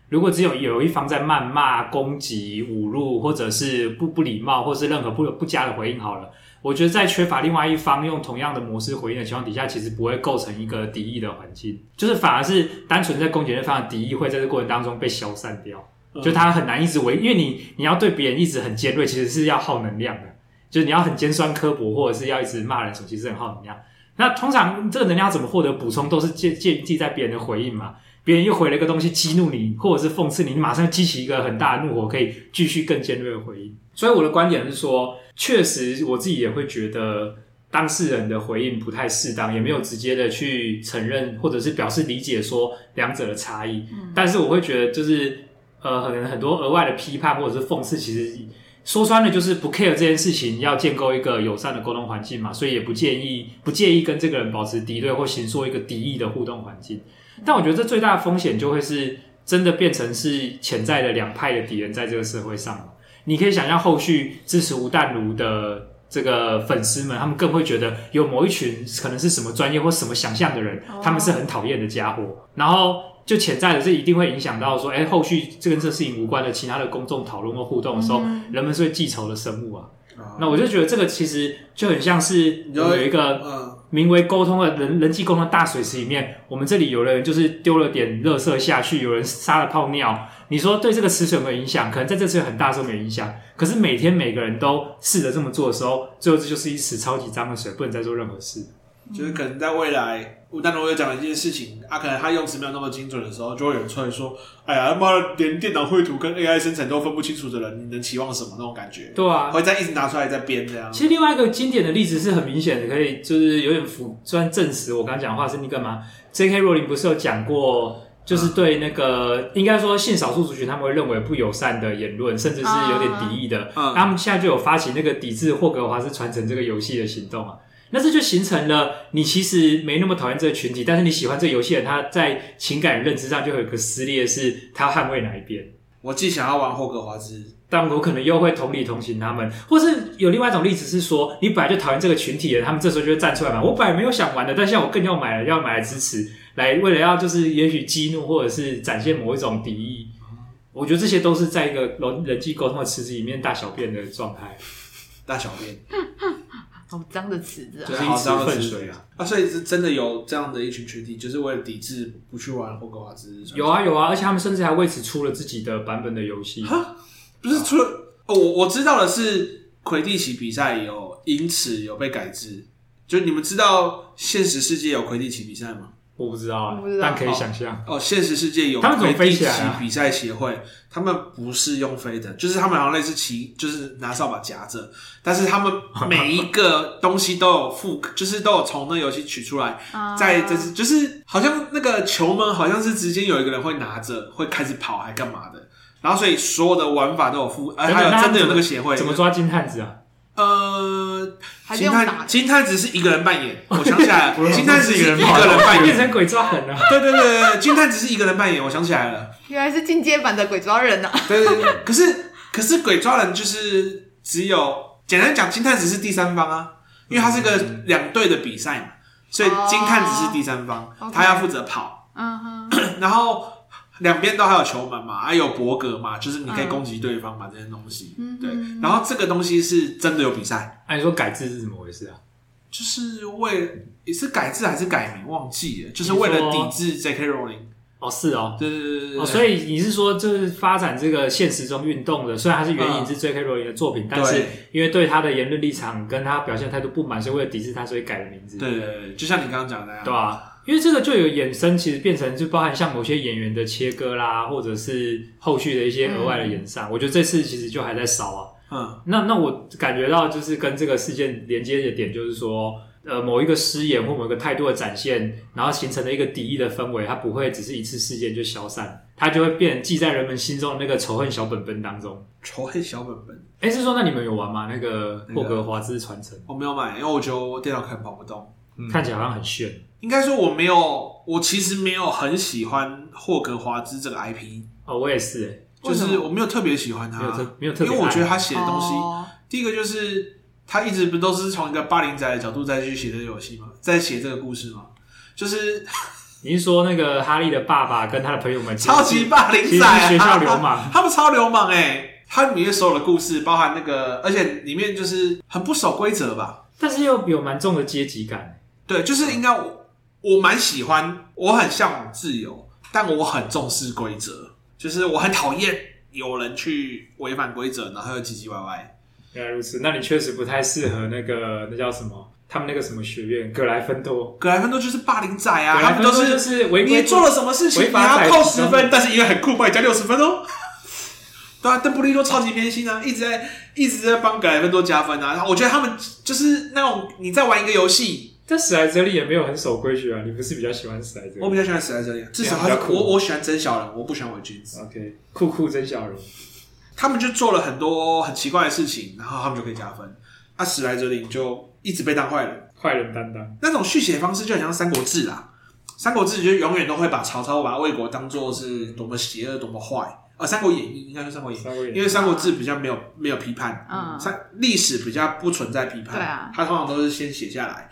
S2: 如果只有有一方在谩骂、攻击、侮辱，或者是不不礼貌，或是任何不不佳的回应，好了。我觉得在缺乏另外一方用同样的模式回应的情况底下，其实不会构成一个敌意的环境，就是反而是单纯在攻击对方的敌意会在这过程当中被消散掉，
S1: 嗯
S2: 就他很难一直维，因为你你要对别人一直很尖锐，其实是要耗能量的，就是你要很尖酸刻薄，或者是要一直骂人什么，其实很耗能量。那通常这个能量怎么获得补充，都是建建立在别人的回应嘛。别人又回了一个东西激怒你，或者是讽刺你，你马上激起一个很大的怒火，可以继续更尖锐的回应。所以我的观点是说，确实我自己也会觉得当事人的回应不太适当，也没有直接的去承认或者是表示理解说两者的差异。但是我会觉得就是呃，可能很多额外的批判或者是讽刺，其实说穿了就是不 care 这件事情，要建构一个友善的沟通环境嘛，所以也不建议不介意跟这个人保持敌对或形塑一个敌意的互动环境。但我觉得这最大的风险就会是真的变成是潜在的两派的敌人在这个社会上嘛。你可以想象后续支持吴淡如的这个粉丝们，他们更会觉得有某一群可能是什么专业或什么想象的人
S3: 哦，
S2: 他们是很讨厌的家伙，然后。就潜在的，这一定会影响到说，哎、后续这跟这事情无关的其他的公众讨论或互动的时候，
S3: 嗯
S2: 人们是会记仇的生物啊。
S1: 啊
S2: 那我就觉得这个其实就很像是
S1: 你就
S2: 有
S1: 会
S2: 一个
S1: 嗯，
S2: 名为沟通的人人际沟通的大水池里面，我们这里有人就是丢了点垃圾下去，有人撒了泡尿。你说对这个池水有没有影响？可能在这次很大的时候没有影响，可是每天每个人都试着这么做的时候，最后这就是一池超级脏的水，不能再做任何事。
S1: 就是可能在未来，吴淡如有讲了一件事情，啊，可能他用词没有那么精准的时候，就会有人出来说：“哎呀，他妈的，连电脑绘图跟 AI 生成都分不清楚的人，你能期望什么？”那种感觉，
S2: 对啊，
S1: 会再一直拿出来再编这样。
S2: 其实另外一个经典的例子是很明显的，可以就是有点符，算证实我刚刚讲的话是那个嘛。J.K. 罗琳不是有讲过，就是对那个、应该说性少数族群他们会认为不友善的言论，甚至是有点敌意的，
S1: 嗯
S2: 他们现在就有发起那个抵制霍格华兹传承这个游戏的行动啊。那这就形成了你其实没那么讨厌这个群体，但是你喜欢这个游戏的人，他在情感认知上就会有一个撕裂，是他捍卫哪一边。
S1: 我既想要玩霍格华兹，
S2: 但我可能又会同理同情他们，或是有另外一种例子是说，你本来就讨厌这个群体的，他们这时候就会站出来嘛。我本来没有想玩的，但现在我更要买了，要买来支持，来为了要就是也许激怒或者是展现某一种敌意。我觉得这些都是在一个人人际沟通的池子里面大小便的状态，
S1: 大小便。
S3: 好脏的词子啊
S2: 就！
S1: 对
S2: 是一
S1: 好
S2: 池
S1: 脏的
S2: 粪
S1: 池
S2: 水啊。
S1: 啊，所以是真的有这样的一群群体，就是为了抵制不去玩霍格华兹。
S2: 有，啊有啊，而且他们甚至还为此出了自己的版本的游戏。
S1: 不是除了哦，我我知道的是，魁地奇比赛有因此有被改制。就你们知道现实世界有魁地奇比赛吗？
S2: 我不知道啊
S3: 我不知，道
S2: 但可以想象。
S1: 哦，现实世界有
S2: 他们怎
S1: 魁
S2: 么飞
S1: 地
S2: 起
S1: 奇
S2: 来啊
S1: 比赛协会，他们不是用飞的，就是他们好像类似骑，就是拿扫把夹着，但是他们每一个东西都有复，就是都有从那游戏取出来，
S3: 啊
S1: 在这是就是好像那个球门好像是直接有一个人会拿着会开始跑还干嘛的，然后所以所有的玩法都有附，呃，
S2: 等等
S1: 还有
S2: 那
S1: 真的有
S2: 他
S1: 那
S2: 们
S1: 个协会
S2: 怎么抓金探子啊？
S1: 呃，
S3: 啊还是
S1: 金
S3: 用打
S1: 探
S3: 的
S1: 金探子是一个人扮演，我想起来了，金探子
S4: 是一个人
S1: 一
S4: 扮
S1: 个人扮
S2: 变
S1: 演，
S2: 成鬼抓啊痕了。
S1: 对对对对，对金探子是一个人扮演，我想起来了。
S3: 原来是进阶版的鬼抓人啊呐、
S1: 对对对，可是可是鬼抓人就是只有简单讲，金探子是第三方啊，因为它是个两队的比赛嘛，所以金探子是第三方，
S3: 哦
S1: 他要负责跑，
S3: 嗯哼，
S1: 然后两边都还有球门嘛，还啊有博格嘛，就是你可以攻击对方嘛，这些东西。
S3: 嗯
S1: 对，然后这个东西是真的有比赛，
S2: 按、你说改制是怎么回事啊？
S1: 就是为也是改制还是改名忘记了，就是为了抵制 J.K. Rowling。
S2: 哦，是哦。
S1: 对对对对对，
S2: 哦，所以你是说，就是发展这个现实中运动的，虽然它是援引自 J.K. 罗琳的作品，但
S1: 嗯
S2: 是
S1: 对
S2: 因为对他的言论立场跟他表现态度不满，所以为了抵制他，所以改了名字，
S1: 对对对对，就像你刚刚讲的那样，
S2: 对啊，因为这个就有衍生，其实变成就包含像某些演员的切割啦，或者是后续的一些额外的演上，我觉得这次其实就还在烧啊。
S1: 嗯，
S2: 那那我感觉到就是跟这个事件连接的点，就是说，呃，某一个失言或某一个态度的展现，然后形成了一个敌意的氛围，它不会只是一次事件就消散，它就会变成记在人们心中的那个仇恨小本本当中。
S1: 仇恨小本本。
S2: 哎，是说那你们有玩吗？那个
S1: 那个
S2: 霍格华兹传承、
S1: 我没有买，因为我觉得我电脑可能跑不动。
S4: 嗯
S2: 看起来好像很炫，
S1: 应该说我没有，我其实没有很喜欢霍格华兹这个 IP，
S2: 哦，我也是、诶
S1: 就
S3: 为
S1: 是
S3: 什么
S1: 我没有特别喜欢他
S2: 没有特，没有特
S1: 因
S2: 别
S1: 为我觉得
S2: 爱
S1: 他写的东西，
S3: 哦
S1: 第一个就是他一直不都是从一个霸凌仔的角度再去写这个游戏吗？在写这个故事吗？就是
S2: 你是说那个哈利的爸爸跟他的朋友们其实
S1: 超级霸凌
S2: 其
S1: 仔、
S2: 实
S1: 啊，
S2: 是学校流 氓，
S1: 他们超流氓哎、他里面所有的故事，包含那个，而且里面就是很不守规则吧？
S2: 但是又有蛮重的阶级感。
S1: 对，就是应该我我蛮喜欢，我很向往自由，但我很重视规则，就是我很讨厌有人去违反规则，然后又唧唧歪歪。
S2: 原来如此，那你确实不太适合那个那叫什么？他们那个什么学院，格莱芬多，
S1: 格莱芬多就是霸凌仔啊，
S2: 格
S1: 他
S2: 莱
S1: 们
S2: 芬
S1: 都
S2: 多
S1: 是
S2: 就是违
S1: 你
S2: 规
S1: 做了什么事情，
S2: 违
S1: 你
S2: 法
S1: 要
S2: 仔
S1: 扣
S2: 其
S1: 十
S2: 中
S1: 分，但是因为很酷，帮你加六十分哦。 对啊，邓布利多超级偏心啊，一直在一直在帮格莱芬多加分啊。然后我觉得他们就是那种你在玩一个游戏，
S2: 但史莱哲利也没有很守规矩啊。你不是比较喜欢史莱哲
S1: 我
S2: 利
S1: 比较喜欢史莱哲啊林，至少他
S2: 比
S1: 是
S2: 较酷
S1: 我我喜欢真小人，我不喜欢伪君子。
S2: ？OK，酷酷真小人，
S1: 他们就做了很多很奇怪的事情，然后他们就可以加分。啊，史莱哲林就一直被当坏人，
S2: 坏人担当。
S1: 那种续写方式就很像《三国志》啦，《三国志》就永远都会把曹操、把魏国当做是多么邪恶、多么坏。呃，《三国演义》应该是《三国演义》，
S2: 三位
S1: 因为《三国志》比较没有没有批判，
S3: 嗯
S1: 三历史比较不存在批判，
S3: 对啊
S1: 它通常都是先写下来。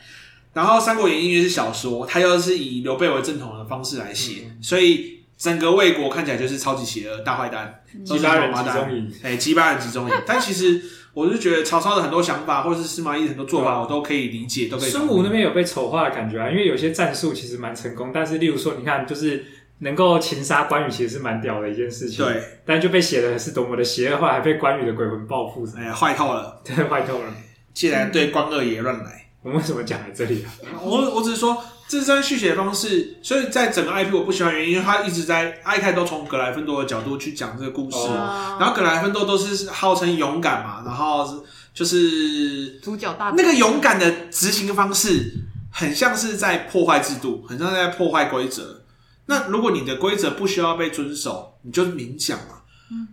S1: 然后《三国演义》因为是小说，它又是以刘备为正统的方式来写，
S2: 嗯
S1: 所以整个魏国看起来就是超级邪恶、大坏蛋，
S2: 鸡巴嗯人集中营，
S1: 哎，鸡巴人集中营。但其实我是觉得曹操的很多想法，或者是司马懿的很多做法，我都可以理解，都可以同
S2: 啊孙
S1: 意。
S2: 武那边有被丑化的感觉啊，因为有些战术其实蛮成功，但是例如说，你看就是能够擒杀关羽，其实是蛮屌的一件事情。，
S1: 对，
S2: 但就被写的是多么的邪恶化，还被关羽的鬼魂报复，
S1: 哎，坏透了，
S2: 真的坏 透了。
S1: 既然对关二爷乱来。
S2: 我们为什么讲来这里啊？
S1: 嗯我我只是说，这是在续写方式，所以在整个 IP 我不喜欢的原因，因为他一直在他一开始都从格莱芬多的角度去讲这个故事，
S3: 嗯
S2: 哦
S1: 然后格莱芬多都是号称勇敢嘛，然后就是
S3: 主角大
S1: 那个勇敢的执行方式，很像是在破坏制度，很像在破坏规则。那如果你的规则不需要被遵守，你就明讲嘛。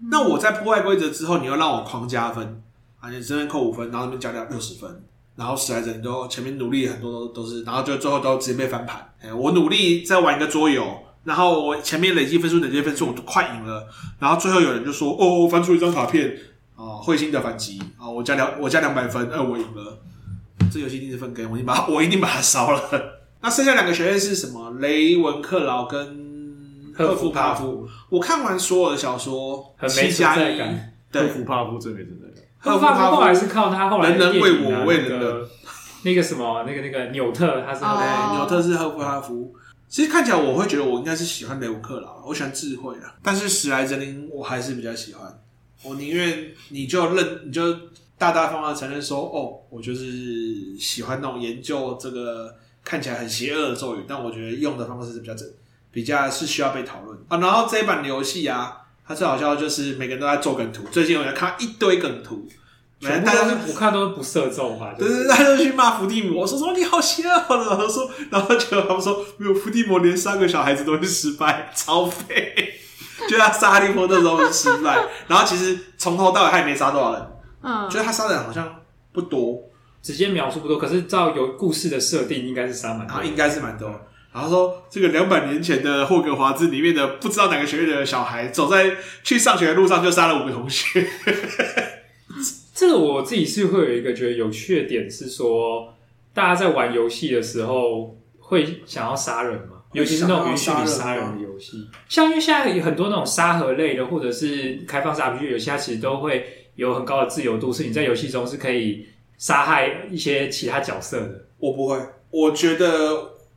S1: 那我在破坏规则之后，你又让我狂加分啊！你这边扣五分，然后那边加掉六十分，然后史莱哲你都前面努力很多都都是，然后就最后都直接被翻盘。哎，我努力在玩一个桌游，然后我前面累积分数、累积分数，我都快赢了，然后最后有人就说：“哦，我翻出一张卡片，哦，彗星的反击，哦，我加两我加两百分，呃，我赢了。”这游戏一定是分给我已经把它 我一定把它烧了。那剩下两个学院是什么？雷文克劳跟赫夫帕夫。我看完所有的小说，
S2: 很没
S1: 七加
S2: 存在
S1: 一
S2: 感，
S4: 克
S1: 对，
S4: 服帕夫最没存在感。
S1: 赫
S2: 赫
S1: 夫
S2: 夫
S1: 帕
S2: 帕
S1: 夫
S2: 夫后来是靠他后来的
S1: 人人
S2: 电影
S1: 为
S2: 啊
S1: 我为
S2: 那
S1: 人
S2: 个那个什么那个那个纽特，他是靠他
S1: 对，纽特是赫夫哈夫。其实看起来我会觉得我应该是喜欢雷文克劳，我喜欢智慧啊。但是史莱哲林我还是比较喜欢，我宁愿你就认你就大大方方地承认说，哦，我就是喜欢那种研究这个看起来很邪恶的咒语，但我觉得用的方式是比较正，比较是需要被讨论啊。然后这一版的游戏啊，它最好笑的就是每个人都在做梗图，最近我要看到一堆梗图，反正
S2: 全
S1: 大家
S2: 部都
S1: 都
S2: 是我看都是不射中吧，就
S1: 对对，
S2: 是
S1: 他就去骂伏地魔，说什么你好邪恶了，然后说，然后结果他们说没有伏地魔连杀个小孩子都会失败，超废，就他杀哈利波特的时候失败，然后其实从头到尾他也没杀多少人，
S3: 嗯，
S1: 就是他杀的人好像不多，
S2: 直接描述不多，可是照有故事的设定，应该是杀满
S1: 然后
S2: 多。
S1: 应该是蛮多的。然后说这个两百年前的霍格华兹里面的不知道哪个学院的小孩，走在去上学的路上就杀了五个同学。
S2: 这个我自己是会有一个觉得有趣的点是说，大家在玩游戏的时候会想要杀人吗？
S1: 会
S2: 尤其是那种允许
S1: 想要
S2: 你
S1: 杀
S2: 杀
S1: 人吗
S2: 人的游戏，像因为现在有很多那种沙盒类的，或者是开放式 RPG 游戏，它其实都会有很高的自由度，是你在游戏中是可以杀害一些其他角色的。
S1: 我不会，我觉得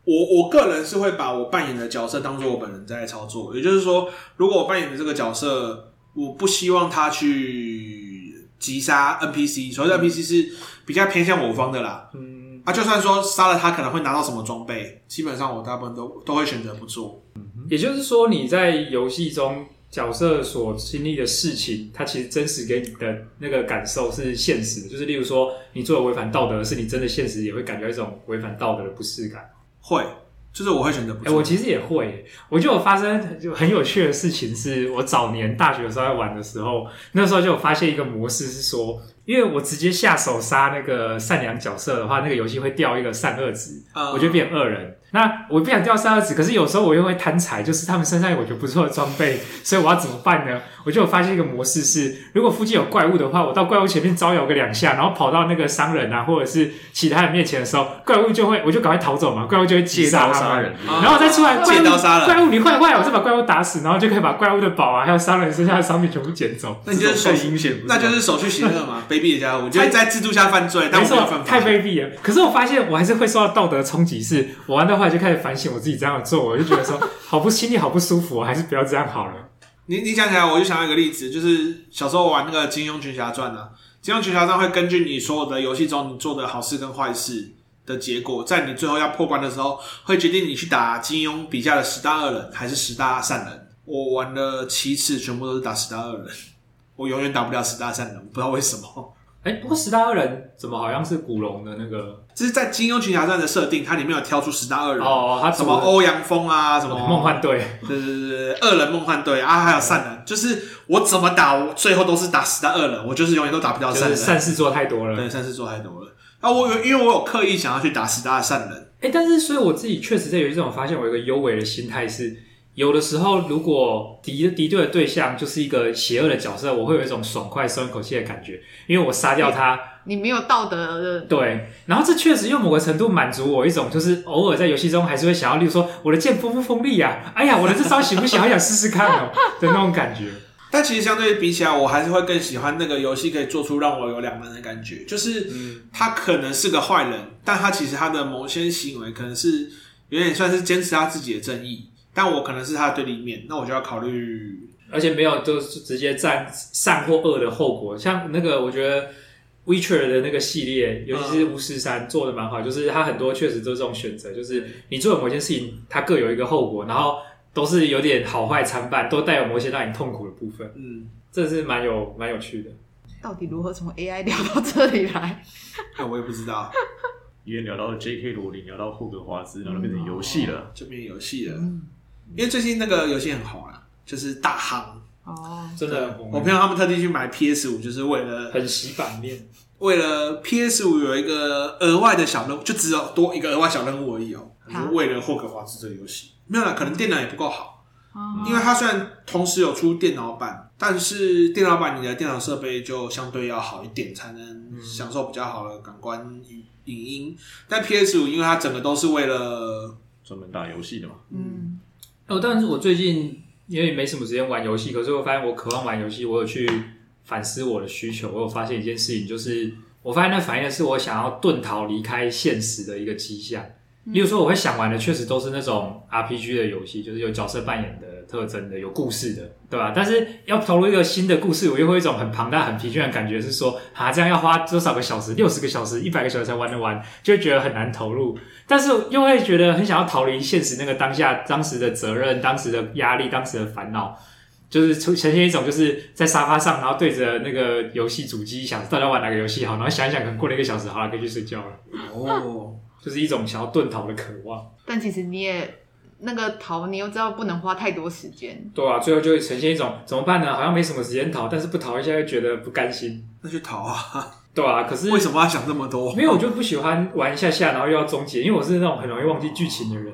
S1: 我我个人是会把我扮演的角色当做我本人在操作，也就是说，如果我扮演的这个角色，我不希望他去击杀 NPC，所谓的 NPC 是比较偏向我方的啦。
S2: 嗯，
S1: 啊，就算说杀了他可能会拿到什么装备，基本上我大部分都都会选择不做。
S2: 也就是说你在游戏中角色所经历的事情，它其实真实给你的那个感受是现实的，就是例如说你做了违反道德的事，你真的现实也会感觉到一种违反道德的不适感。
S1: 会，就是我会选择不
S2: 哎、
S1: 做。
S2: 我其实也会耶，我就有发生就很有趣的事情是，我早年大学的时候在玩的时候，那时候就有发现一个模式是说，因为我直接下手杀那个善良角色的话，那个游戏会掉一个善恶值，
S1: 嗯
S2: 我就变恶人。那我不想掉善恶值，可是有时候我又会贪财，就是他们身上有我觉得不错的装备，所以我要怎么办呢？我就有发现一个模式是，如果附近有怪物的话，我到怪物前面招摇个两下，然后跑到那个商人啊或者是其他人面前的时候，怪物就会我就赶快逃走嘛，怪物就会击
S4: 借
S2: 杀
S4: 刀
S2: 他
S4: 杀
S2: 们。
S4: 人，
S1: 啊
S2: 然后再出来怪
S1: 借
S2: 物
S1: 刀杀人
S2: 怪物你坏坏，我再把怪物打死，然后就可以把怪物的宝啊，还有商人身下的商品全部捡走。
S1: 那你就是手
S4: 这种更阴险不是吗
S1: 那就是手续邪恶 嘛，卑鄙的家伙，我就是在制度下犯罪，但
S2: 没
S1: 我没有
S2: 错
S1: 犯，法。
S2: 太卑鄙了。可是我发现我还是会受到道德冲击，是我玩到后来就开始反省我自己这样的做，我就觉得说好不心里好不舒服，啊我还是不要这样好了。
S1: 你你讲起来，我就想到一个例子，就是小时候玩那个《金庸群侠传》啊，《金庸群侠传》会根据你所有的游戏中你做的好事跟坏事的结果，在你最后要破关的时候，会决定你去打金庸笔下的十大恶人还是十大善人。我玩了七次，全部都是打十大恶人，我永远打不了十大善人，不知道为什么。
S2: 哎、不过十大恶人怎么好像是古龙的那个
S1: 这是在《金庸群侠传》的设定，它里面有挑出十大恶人，
S2: 哦，他哦
S1: 什么欧阳锋啊，什么
S2: 梦幻队？
S1: 对对对对，恶人梦幻队啊，还有善人，就是我怎么打，我最后都是打死到恶人，我就是永远都打不到
S2: 就
S1: 善
S2: 是
S1: 人。
S2: 善事做太多了。
S1: 对，善事做太多了。啊，我有因为我有刻意想要去打死大的善人，
S2: 哎、但是所以我自己确实在游戏中，我发现我有一个优美的心态是，有的时候如果敌敌对的对象就是一个邪恶的角色，我会有一种爽快松一口气的感觉，因为我杀掉他。
S3: 你没有道德的，
S2: 对，然后这确实用某个程度满足我一种，就是偶尔在游戏中还是会想要，例如说我的剑锋不锋利呀、哎呀，我的这招行不行？好想试试看 哦的那种感觉。
S1: 但其实相对比起来，我还是会更喜欢那个游戏可以做出让我有两难的感觉，就是
S2: 嗯，
S1: 他可能是个坏人，但他其实他的某些行为可能是有点算是坚持他自己的正义，但我可能是他的对立面，那我就要考虑
S2: 而且没有就是直接占善或恶的后果，像那个我觉得。Witcher 的那个系列，尤其是巫师三做的蛮好，就是它很多确实都是这种选择，就是你做的某件事情，它各有一个后果，然后都是有点好坏参半，都带有某些让你痛苦的部分，
S1: 嗯。
S2: 这是蛮有蛮有趣的。
S3: 到底如何从 AI 聊到这里来？
S1: 哎，我也不知道，
S4: 也聊到了 J.K. 罗琳，聊到霍格华兹，然后变成游戏了。
S1: 这边游戏了，
S3: 嗯，
S1: 因为最近那个游戏很红啊，就是大夯。
S3: 哦，
S2: 真的很红
S1: 我朋友他们特地去买 PS 五，就是为了
S2: 很洗版面，
S1: 为了 PS 五有一个额外的小任务，就只有多一个额外小任务而已哦。
S3: 啊
S1: 就为了霍格华兹这个游戏，没有啦，可能电脑也不够好，
S3: 哦
S1: 因为它虽然同时有出电脑版，但是电脑版你的电脑设备就相对要好一点，才能享受比较好的感官与影音。但 PS 五因为它整个都是为了
S4: 专门打游戏的嘛，
S3: 嗯，
S2: 哦，但是我最近因为没什么时间玩游戏，可是我发现我渴望玩游戏，我有去反思我的需求，我有发现一件事情，就是我发现那反映的是我想要遁逃离开现实的一个迹象。例如说，我会想玩的确实都是那种 RPG 的游戏，就是有角色扮演的特征的，有故事的，对吧？但是要投入一个新的故事，我又会有一种很庞大、很疲倦的感觉，是说啊，这样要花多少个小时？六十个小时、一百个小时才玩得完，就会觉得很难投入。但是又会觉得很想要逃离现实那个当下、当时的责任、当时的压力、当时的烦恼，就是呈呈现一种就是在沙发上，然后对着那个游戏主机想到底要玩哪个游戏好，然后想一想，可能过了一个小时，好了，可以去睡觉了，
S1: 哦，
S2: 就是一种想要遁逃的渴望。
S3: 但其实你也那个逃，你又知道不能花太多时间，
S2: 对啊，最后就会呈现一种怎么办呢？好像没什么时间逃，但是不逃一下又觉得不甘心，
S1: 那就逃啊！
S2: 对啊，可是
S1: 为什么要想这么多？
S2: 没有，我就不喜欢玩一下下，然后又要终结，因为我是那种很容易忘记剧情的人。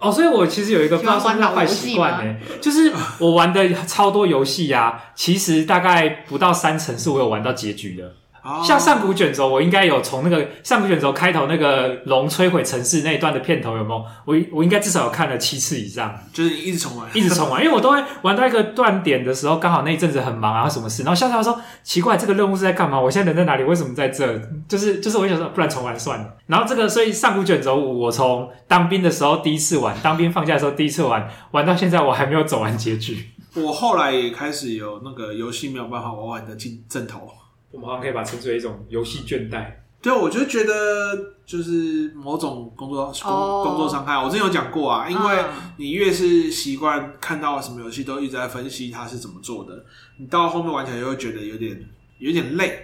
S2: 哦，所以我其实有一个
S3: 喜
S2: 发
S3: 欢
S2: 生
S3: 玩
S2: 的
S3: 老
S2: 坏
S3: 游
S2: 习
S3: 戏
S2: 惯
S3: 吗
S2: 呢、就是我玩的超多游戏呀，其实大概不到三成是我有玩到结局的。
S3: 哦
S1: 啊
S2: 像上古卷轴，我应该有从那个上古卷轴开头那个龙摧毁城市那一段的片头有没有？我我应该至少有看了七次以上，
S1: 就是你一直重玩，
S2: 一直重玩，因为我都会玩到一个断点的时候，刚好那一阵子很忙啊，什么事，然后笑笑说奇怪，这个任务是在干嘛？我现在人在哪里？为什么在这？ 就是就是，我想说，不然重玩算了。然后这个，所以上古卷轴五，我从当兵的时候第一次玩，当兵放假的时候第一次玩，玩到现在我还没有走完结局。
S1: 我后来也开始有那个游戏没有办法玩完的镜阵头。
S2: 我们好像可以把它称之为一种游戏倦怠。
S1: 对，我就觉得就是某种工作工、
S3: 哦
S1: 工作伤害，我之前有讲过啊，因为
S3: 嗯
S1: 你越是习惯看到什么游戏都一直在分析它是怎么做的，你到后面玩起来又会觉得有点有点累，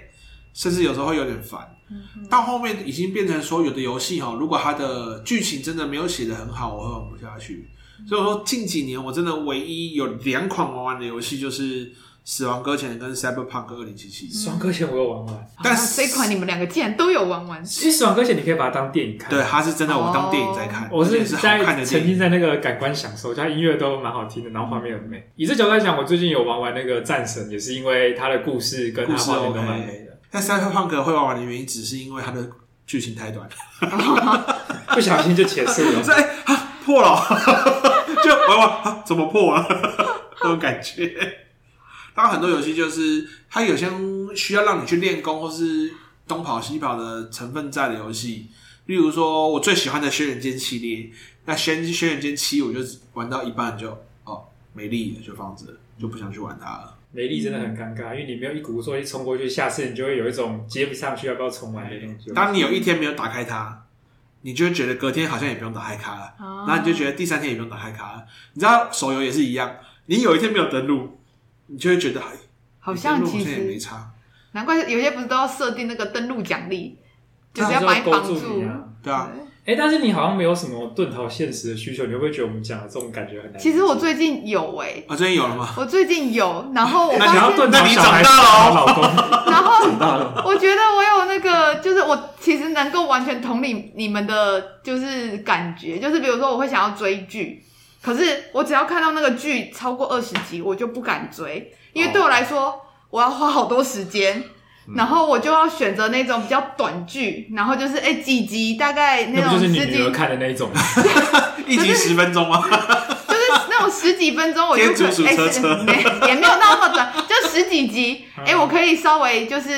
S1: 甚至有时候会有点烦。
S3: 嗯
S1: 到后面已经变成说，有的游戏哈，如果它的剧情真的没有写的很好，我会玩不下去。所以我说，近几年我真的唯一有两款玩完的游戏就是《死亡搁浅》跟《Cyberpunk 2077》。
S2: 爽哥前我有玩完，
S1: 但
S3: 啊
S1: 是
S3: 这一款你们两个竟然都有玩完，
S2: 其实爽哥前你可以把它当电影看。
S1: 对，，它是真的，我当电影在看，
S2: 哦我
S1: 而且是
S2: 是
S1: 好看
S2: 在
S1: 的
S2: 沉
S1: 电
S2: 浸
S1: 影。
S2: 在那个感官享受，就它音乐都蛮好听的，然后画面很美。以这角度来讲，我最近有玩玩那个战神，也是因为它的故事跟它
S1: 故事
S2: 画面都
S1: OK
S2: 蛮美的。
S1: 但《Cyberpunk》会玩完的原因，只是因为它的剧情太短，
S2: 不小心就结束了。
S1: 所以啊破了， 就玩玩啊怎么破了 那种感觉。当然，很多游戏就是它有些需要让你去练功或是东跑西跑的成分在的游戏，例如说我最喜欢的《轩辕剑》系列，那《轩轩辕剑七》我就玩到一半就哦没力了，就放着，就不想去玩它了。
S2: 美丽真的很尴尬，因为你没有一鼓作气冲过去，下次你就会有一种接不上去，要不要重来的东西。
S1: 当你有一天没有打开它，你就会觉得隔天好像也不用打开它了，
S3: 啊
S1: 然后你就觉得第三天也不用打开它了。你知道手游也是一样，你有一天没有登录，你就会觉得哎
S3: 好
S1: 你
S3: 像
S1: 登录
S3: 其
S1: 好像也没
S3: 实
S1: 差，
S3: 难怪有些不是都要设定那个登录奖励，就
S2: 这
S3: 是
S2: 样就
S3: 要把你
S2: 勾
S3: 绑
S2: 住你啊！
S1: 对啊。
S2: 哎、但是你好像没有什么遁逃现实的需求，你会不会觉得我们讲的这种感觉很难理解？
S3: 其实我最近有哎、
S1: 啊，最近有了吗？
S3: 我最近有，然后我
S2: 那你
S3: 发
S2: 要
S3: 现，
S2: 遁逃
S1: 那你
S2: 小孩，
S1: 长大了哦
S2: 老公。
S3: 然后
S4: 大了，
S3: 我觉得我有那个，就是我其实能够完全同理你们的，就是感觉，就是比如说我会想要追剧，可是我只要看到那个剧超过二十集，我就不敢追，因为
S2: 哦
S3: 对我来说，我要花好多时间。
S2: 嗯
S3: 然后我就要选择那种比较短剧，然后就是哎几集，大概那
S2: 那不
S3: 种
S2: 就是
S3: 十
S2: 你
S3: 几，
S2: 女儿看的那一种吗？
S1: 一集十分钟 吗？
S3: 就是那种十几分钟，我就
S1: 天竺
S3: 可
S1: 鼠
S3: 哎
S1: 车
S3: 是
S1: 车
S3: 没也没有那么短，就十几集。哎、
S2: 嗯
S3: 我可以稍微就是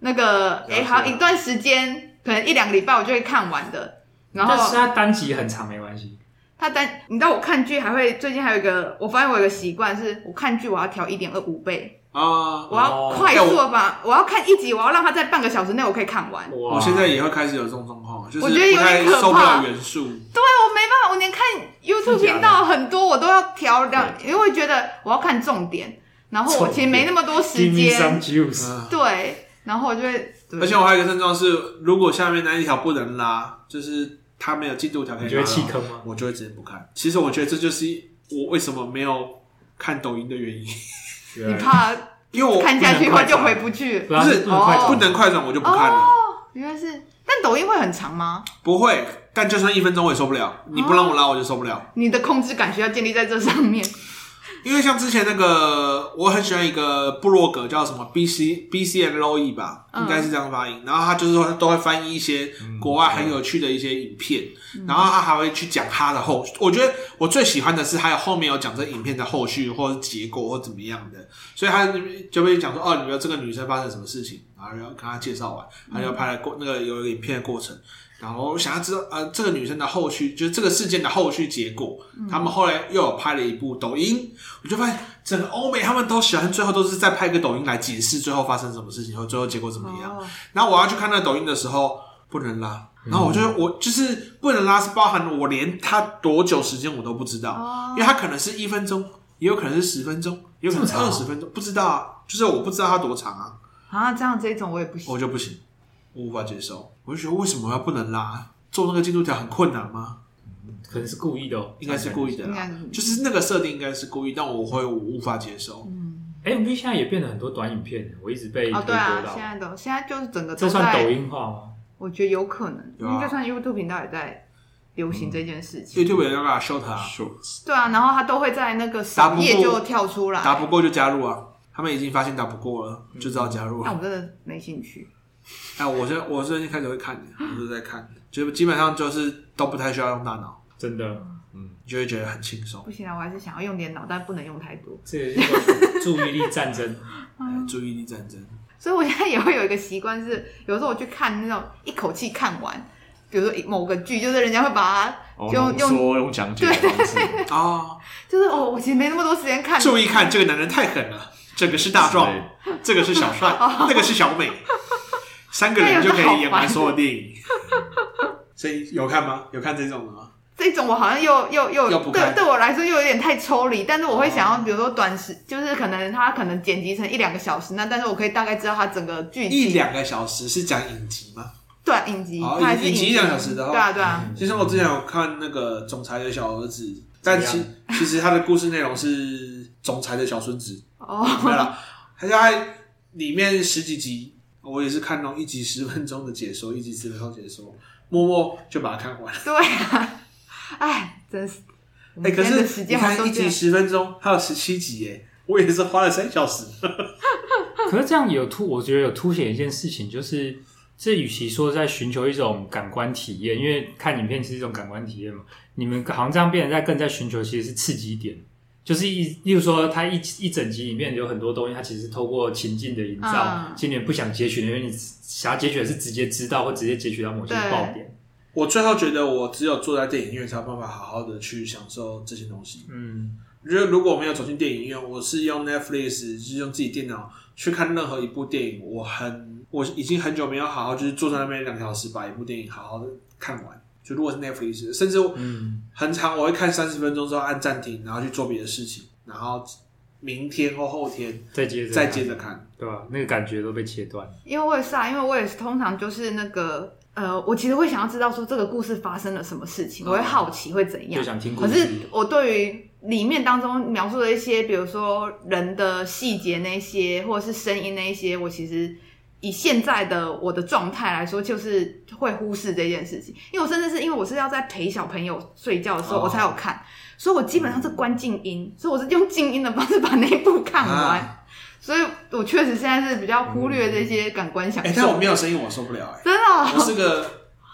S3: 那个
S4: 了
S3: 哎、
S4: 解
S3: 好一段时间，可能一两个礼拜我就会看完的。然
S2: 但是啊
S3: 后
S2: 它单集很长，没关系。
S3: 他单，你知道我看剧还会最近还有一个，我发现我有一个习惯是，我看剧我要调一点二五倍，
S1: 啊，
S3: 我要
S2: 哦
S3: 快
S1: 哎
S3: 速地把我要看一集，我要让它在半个小时内我可以看完。
S2: 哇
S1: 我现在也会开始有这种状况，就是
S3: 我觉得有
S1: 不太
S3: 点可
S1: 受不
S3: 怕
S1: 了元素。
S3: 对啊我没办法，我连看 YouTube
S2: 真假的
S3: 频道很多我都要调两，因为我觉得我要看重点，然后我
S2: 重
S3: 其实没
S2: 点
S3: 那么多
S2: Give
S3: 时
S2: me
S3: 间。
S2: some juice。
S1: 嗯，
S3: 对，然后我就会，对
S1: 而且我还有一个症状是，如果下面那一条不能拉，就是它没有进度条可以
S2: 你
S1: 拉
S2: 觉得弃
S1: 的话
S2: 坑吗？
S1: 我就会直接不看。其实我觉得这就是我为什么没有看抖音的原因，
S3: 你怕
S1: 因为我
S3: 看下
S2: 不
S3: 去
S2: 能
S3: 后
S2: 快
S3: 就
S2: 转
S3: 回不去。
S2: 不
S1: 是
S2: 是不能快
S3: 哦
S1: 不
S2: 转，
S1: 能快转我就不看了，
S3: 原来是，但抖音会很长吗？
S1: 不会。但就算一分钟我也受不了，你不让我拉我就受不了。
S3: 你的控制感需要建立在这上面。
S1: 因为像之前那个，我很喜欢一个部落格叫什么 B C B C N Low E 吧，
S3: 嗯
S1: 应该是这样发音。然后他就是说都会翻译一些国外很有趣的一些影片，然后他还会去讲他的后。我觉得我最喜欢的是还有后面有讲这影片的后续或者结果或怎么样的，所以他就会讲说哦，你们这个女生发生什么事情，然后要跟他介绍完，他就拍了过那个有一个影片的过程。然后想要知道，呃，这个女生的后续，就是这个事件的后续结果。
S3: 嗯
S1: 他们后来又有拍了一部抖音，我就发现整个欧美他们都喜欢最后都是在拍一个抖音来解释最后发生什么事情和最后结果怎么样。
S3: 哦，
S1: 然后我要去看那个抖音的时候，不能拉。
S2: 嗯
S1: 然后我就、我就是不能拉，是包含我连它多久时间我都不知道，
S3: 哦
S1: 因为它可能是一分钟，也有可能是十分钟，也有可能是
S2: 这
S1: 二
S2: 么长啊
S1: 十分钟，不知道啊，就是我不知道它多长啊，
S3: 啊，这样这种我也不行。
S1: 我就不行，我无法接受。我就觉得为什么要不能拉？做那个进度条很困难吗？
S2: 可能是故意的哦。
S1: 应该是故意的
S3: 应该
S1: 啦，
S3: 是
S1: 就是那个设定应该是故意，但我会无法接受。
S3: 嗯，
S2: MV 哎现在也变了很多短影片，我一直被推
S3: 哦，
S2: 播
S3: 对啊，现
S2: 到。
S3: 在都现在就是整个
S2: 这
S3: 都
S2: 算抖
S3: 在，
S2: 音化吗？
S3: 我觉得有可能，
S1: 有啊嗯
S3: 因为就算 YouTube 频道也在流行这件事情。
S1: YouTube 也要把它 short 啊，
S4: shorts
S3: 对啊，然后他都会在那个
S1: 打不
S3: 首
S1: 过
S3: 页就跳出来。
S1: 打不过就加入啊。他们已经发现打不过了，就只好加入
S3: 那
S1: 啊。
S3: 我真的没兴趣。
S1: 哎，我现我最近开始会看，我都在看，就基本上就是都不太需要用大脑，
S2: 真的，
S1: 你就会觉得很轻松。
S3: 不行啊，我还是想要用点脑，但不能用太多。
S2: 这也是一个注意力战争。
S3: 嗯
S1: 哎注意力战争，
S3: 所以我现在也会有一个习惯是，有时候我去看那种一口气看完，比如说某个剧，就是人家会把它
S4: 哦，
S3: 用
S4: 浓缩用讲解的方式
S1: 哦，
S3: 就是哦，我其实没那么多时间看。
S1: 注意看，这个男人太狠了，这个是大壮，
S4: 对
S1: 这个是小 帅，那个是小美，三个人就可以演完所有电 影。所以有看吗？有看这种的吗？
S3: 这种我好像又又又
S1: 又不
S3: 对
S1: 看哦
S3: 对我来说又有点太抽离，但是我会想要，比如说短时，就是可能它可能剪辑成一两个小时，那但是我可以大概知道它整个剧
S1: 一
S3: 情
S1: 两个小时是讲影集吗？
S3: 对啊影集，
S1: 哦
S3: 它还是
S1: 影集一两小时的哦
S3: 对啊对啊，
S1: 其实我之前有看那个《总裁的小儿子》，但
S2: 怎
S1: 其其实他的故事内容是总裁的小孙 子，
S3: 哦，
S1: 对了，他在里面十几集，我也是看那种一集十分钟的解说，一集十分钟解说，默默就把它看完。
S3: 对啊，哎，真是，我
S1: 哎、
S3: 们
S1: 可
S3: 今天的
S1: 是
S3: 时
S1: 你
S3: 间好像
S1: 看
S3: 都
S1: 一
S3: 这
S1: 集
S3: 样，
S1: 十分钟，还有十七集耶，我也是花了三小时。
S2: 可是这样有突，我觉得有凸显一件事情，就是这与其说在寻求一种感官体验，因为看影片是一种感官体验嘛，你们好像这样变得在更在寻求其实是刺激点，就是一，例如说它一一整集里面有很多东西，它其实透过情境的营造
S3: 嗯，
S2: 今年不想截取的，因为你想要截取的是直接知道或直接截取到某些
S3: 对
S2: 爆点，
S1: 我最后觉得，我只有坐在电影院才有办法好好的去享受这些东西。
S2: 嗯，
S1: 我觉得如果我没有走进电影院，我是用 Netflix，是用自己电脑去看任何一部电影，我很我已经很久没有好好就是坐在那边两小时把一部电影好好的看完。就如果是 Netflix，甚至我
S2: 嗯
S1: 很长，我会看三十分钟之后按暂停，然后去做别的事情，然后明天或后天
S2: 再接着
S1: 再
S2: 看
S1: 接着看。
S2: 对吧？那个感觉都被切断，
S3: 因为我也是啊，因为我也是通常就是那个呃，我其实会想要知道说这个故事发生了什么事情，我会好奇会怎样
S2: 就，想听故
S3: 可
S2: 事。
S3: 是我对于里面当中描述的一些，比如说人的细节那些，或者是声音那一些，我其实以现在的我的状态来说，就是会忽视这件事情。因为我甚至是因为我是要在陪小朋友睡觉的时候，
S1: 哦
S3: 我才有看，所以我基本上是关静音，所以我是用静音的方式把那一部看完。
S1: 啊
S3: 所以我确实现在是比较忽略这些感官享
S1: 哎、但
S3: 受，
S1: 我没有声音，我受不了、哎，
S3: 真的哦、
S1: 我是个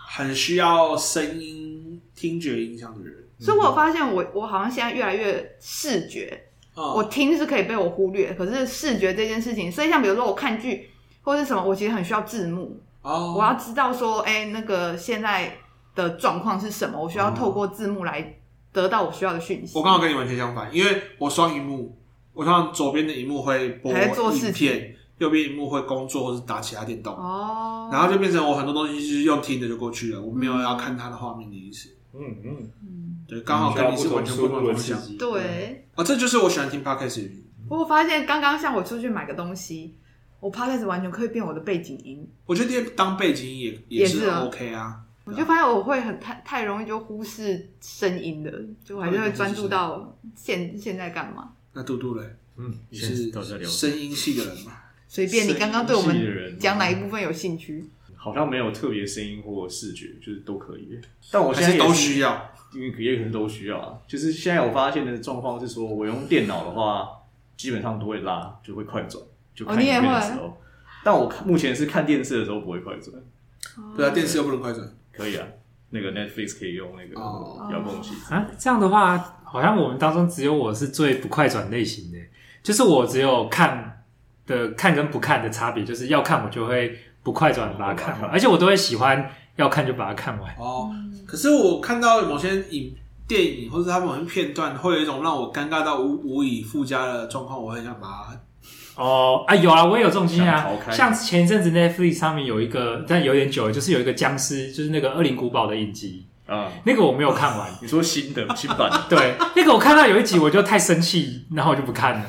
S1: 很需要声音、听觉影响的人。
S3: 所以我有发现我我好像现在越来越视觉
S1: 嗯、
S3: 我听是可以被我忽略，可是视觉这件事情，所以像比如说我看剧或是什么，我其实很需要字幕，
S1: 哦，
S3: 我要知道说，哎、那个现在的状况是什么，我需要透过字幕来得到我需要的讯息。
S1: 我刚好跟你完全相反，因为我双荧幕，我像左边的荧幕会播
S3: 还在做
S1: 影
S3: 事情
S1: 片，右边荧幕会工作或是打其他电动，
S3: 哦，
S1: 然后就变成我很多东西就是用听的就过去了，我没有要看它的画面的意思。
S2: 嗯嗯，
S3: 嗯
S1: 对，刚好跟你是完全不同的方向。
S2: 激
S3: 对，
S1: 哦，这就是我喜欢听 podcast 的原因。
S3: 我发现刚刚像我出去买个东西，我 p o d 完全可以变我的背景音，
S1: 我觉得当背景音也
S3: 也是
S1: 是
S3: 啊
S1: OK 啊。
S3: 我就发现我会很太太容易就忽视声音的，就我还是
S1: 哦
S3: 会专注到现现在干嘛。
S1: 那杜杜嘞，
S4: 嗯，
S1: 你
S4: 现在
S1: 是
S4: 到底在聊什么
S1: 声音系的人吗？
S3: 随便你刚刚对我
S4: 声音系的
S1: 啊
S4: 人
S3: 们
S4: 吗
S3: 讲哪一部分有兴趣？
S4: 好像没有特别声音或视觉，就是都可以。但我
S1: 还
S4: 现在
S1: 是都
S4: 要。
S1: 需
S3: 嗯
S1: 要？
S4: 因为也可能都需要啊。就是现在我发现的状况是说，我用电脑的话，基本上都会拉，就会快转，就看
S3: 哦你也
S4: 影片的时候。但我看目前是看电视的时候不会快转，
S1: 对啊，电视又不能快转。
S4: 可以啊。那个 Netflix 可以用那个
S1: 哦
S4: 遥控器，
S2: 啊，这样的话，好像我们当中只有我是最不快转类型的，就是我只有看的看跟不看的差别，就是要看我就会不快转把它看
S4: 哦
S2: 完，而且我都会喜欢要看就把它看完。
S1: 哦，可是我看到某些影电影或者他们某些片段，会有一种让我尴尬到无无以复加的状况，我很想把它
S2: 哦啊，有啊，我也有这种经验啊
S4: 想逃。开
S2: 像前一阵子 Netflix 上面有一个，但有点久了，就是有一个僵尸，就是那个《恶灵古堡》的影集，
S4: 啊、
S2: 那个我没有看完。
S4: 你说新的 新版的，
S2: 对，那个我看到有一集我就太生气，然后我就不看了。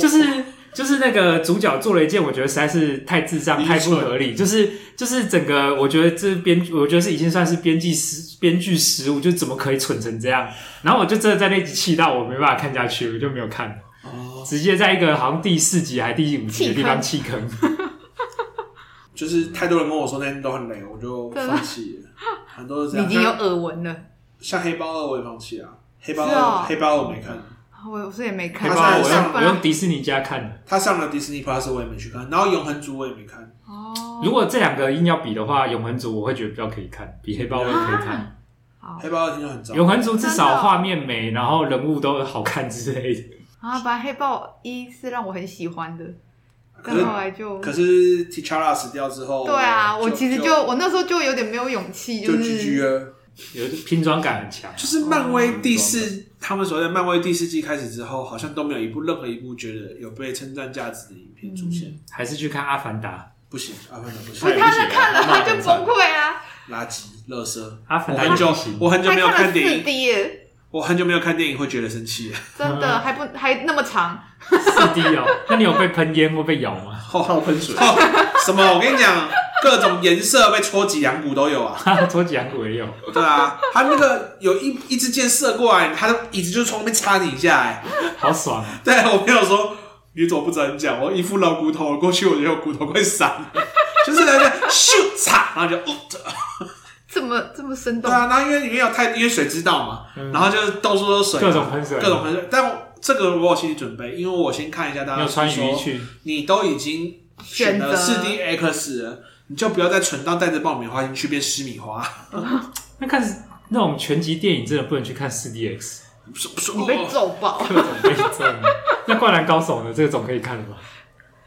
S2: 就是就是那个主角做了一件我觉得实在是太智障、
S1: 愚
S2: 太
S1: 蠢
S2: 不合 理，就是就是整个我觉得这编，我觉得是已经算是编辑失编剧失误，就怎么可以蠢成这样？然后我就真的在那集气到我没办法看下去，我就没有看，
S1: 哦，
S2: 直接在一个好像第四集还是第五集的地方弃 坑。
S1: 就是太多人跟我说那天都很累，我就放弃了。很多人这
S3: 已
S1: 样，
S3: 经有
S1: 像
S3: 耳闻了。
S1: 像黑包二我也放弃啊，黑包
S3: 是哦
S1: 二黑包二我没看，
S3: 我我是也没看，
S1: 他
S2: 黑豹
S1: 在
S2: 我
S3: 上
S2: 用我
S3: 班
S2: 用迪士尼家看的。
S1: 他上了 Disney Plus 我也没去看，然后永恒族我也没看，
S3: 哦，
S2: 如果这两个硬要比的话，永恒族我会觉得比较可以看，比黑豹二可以看。
S3: 好
S1: 黑包二听说很糟。
S2: 永恒族至
S3: 真的
S2: 少
S3: 哦
S2: 画面美，然后人物都好看之类的。
S3: 啊，反正黑豹一是让我很喜欢的，
S1: 可
S3: 但
S1: 是
S3: 后来就
S1: 可是 T'Challa 死掉之后，
S3: 啊对啊，我
S1: 就
S3: 其实
S1: 就
S3: 就我那时候就有点没有勇气，
S1: 就 GG 啊
S3: 是
S1: 了。
S2: 有拼装感很强。
S1: 就是漫威第四，他们所谓的漫威第四季开始之后，好像都没有一部任何一部觉得有被称赞价值的影片出
S3: 嗯
S1: 现。
S2: 还是去看《阿凡达
S1: 不行，阿凡达不
S3: 不
S1: 行
S3: 是，他是看了
S4: 太
S3: 他
S4: 不
S3: 就
S4: 行了
S3: 崩溃啊，
S1: 垃圾、垃圾。》，
S2: 《阿凡
S1: 我
S2: 达》
S1: 很久
S2: 也行，
S1: 我很久
S3: 他
S1: 没有
S3: 看
S1: 看
S3: 了四
S1: 电影，
S3: D 耶，
S1: 我很久没有看电影会觉得生气了。
S3: 真的还不还那么长，
S2: 四 D 哦。那你有被喷烟或被咬吗？
S4: 泡喷水，
S1: 哦，什么？我跟你讲，各种颜色被戳脊梁骨都有啊。
S2: 戳脊梁骨也有。
S1: 对啊，他那个有一一支箭射过来，他的椅子就从那边插你一下、哎，
S2: 好爽啊！
S1: 对我朋友说，你怎么不早点讲？我一副老骨头，过去我觉得我骨头快散了，就是那个咻嚓，然后就哦。
S3: 这么这么生
S1: 对
S3: 动，
S1: 啊，然后因为里面有太因为水知道嘛，
S2: 嗯
S1: 然后就是到处都是水嘛，
S2: 各种喷水
S1: 啊各种喷水。但我这个我有心理准备，因为我先看一下大
S2: 你
S1: 家
S2: 有穿
S1: 啊说
S2: 雨衣，去？
S1: 你都已经选了
S3: 选
S1: 四
S3: 择
S1: D X 了，你就不要再蠢到带着爆米花进去变湿米花。
S2: 那看那种拳击电影真的不能去看四 DX，
S1: 说说
S3: 你被揍爆，
S2: 各种被揍。 那《灌篮高手》呢？这个总可以看了吧？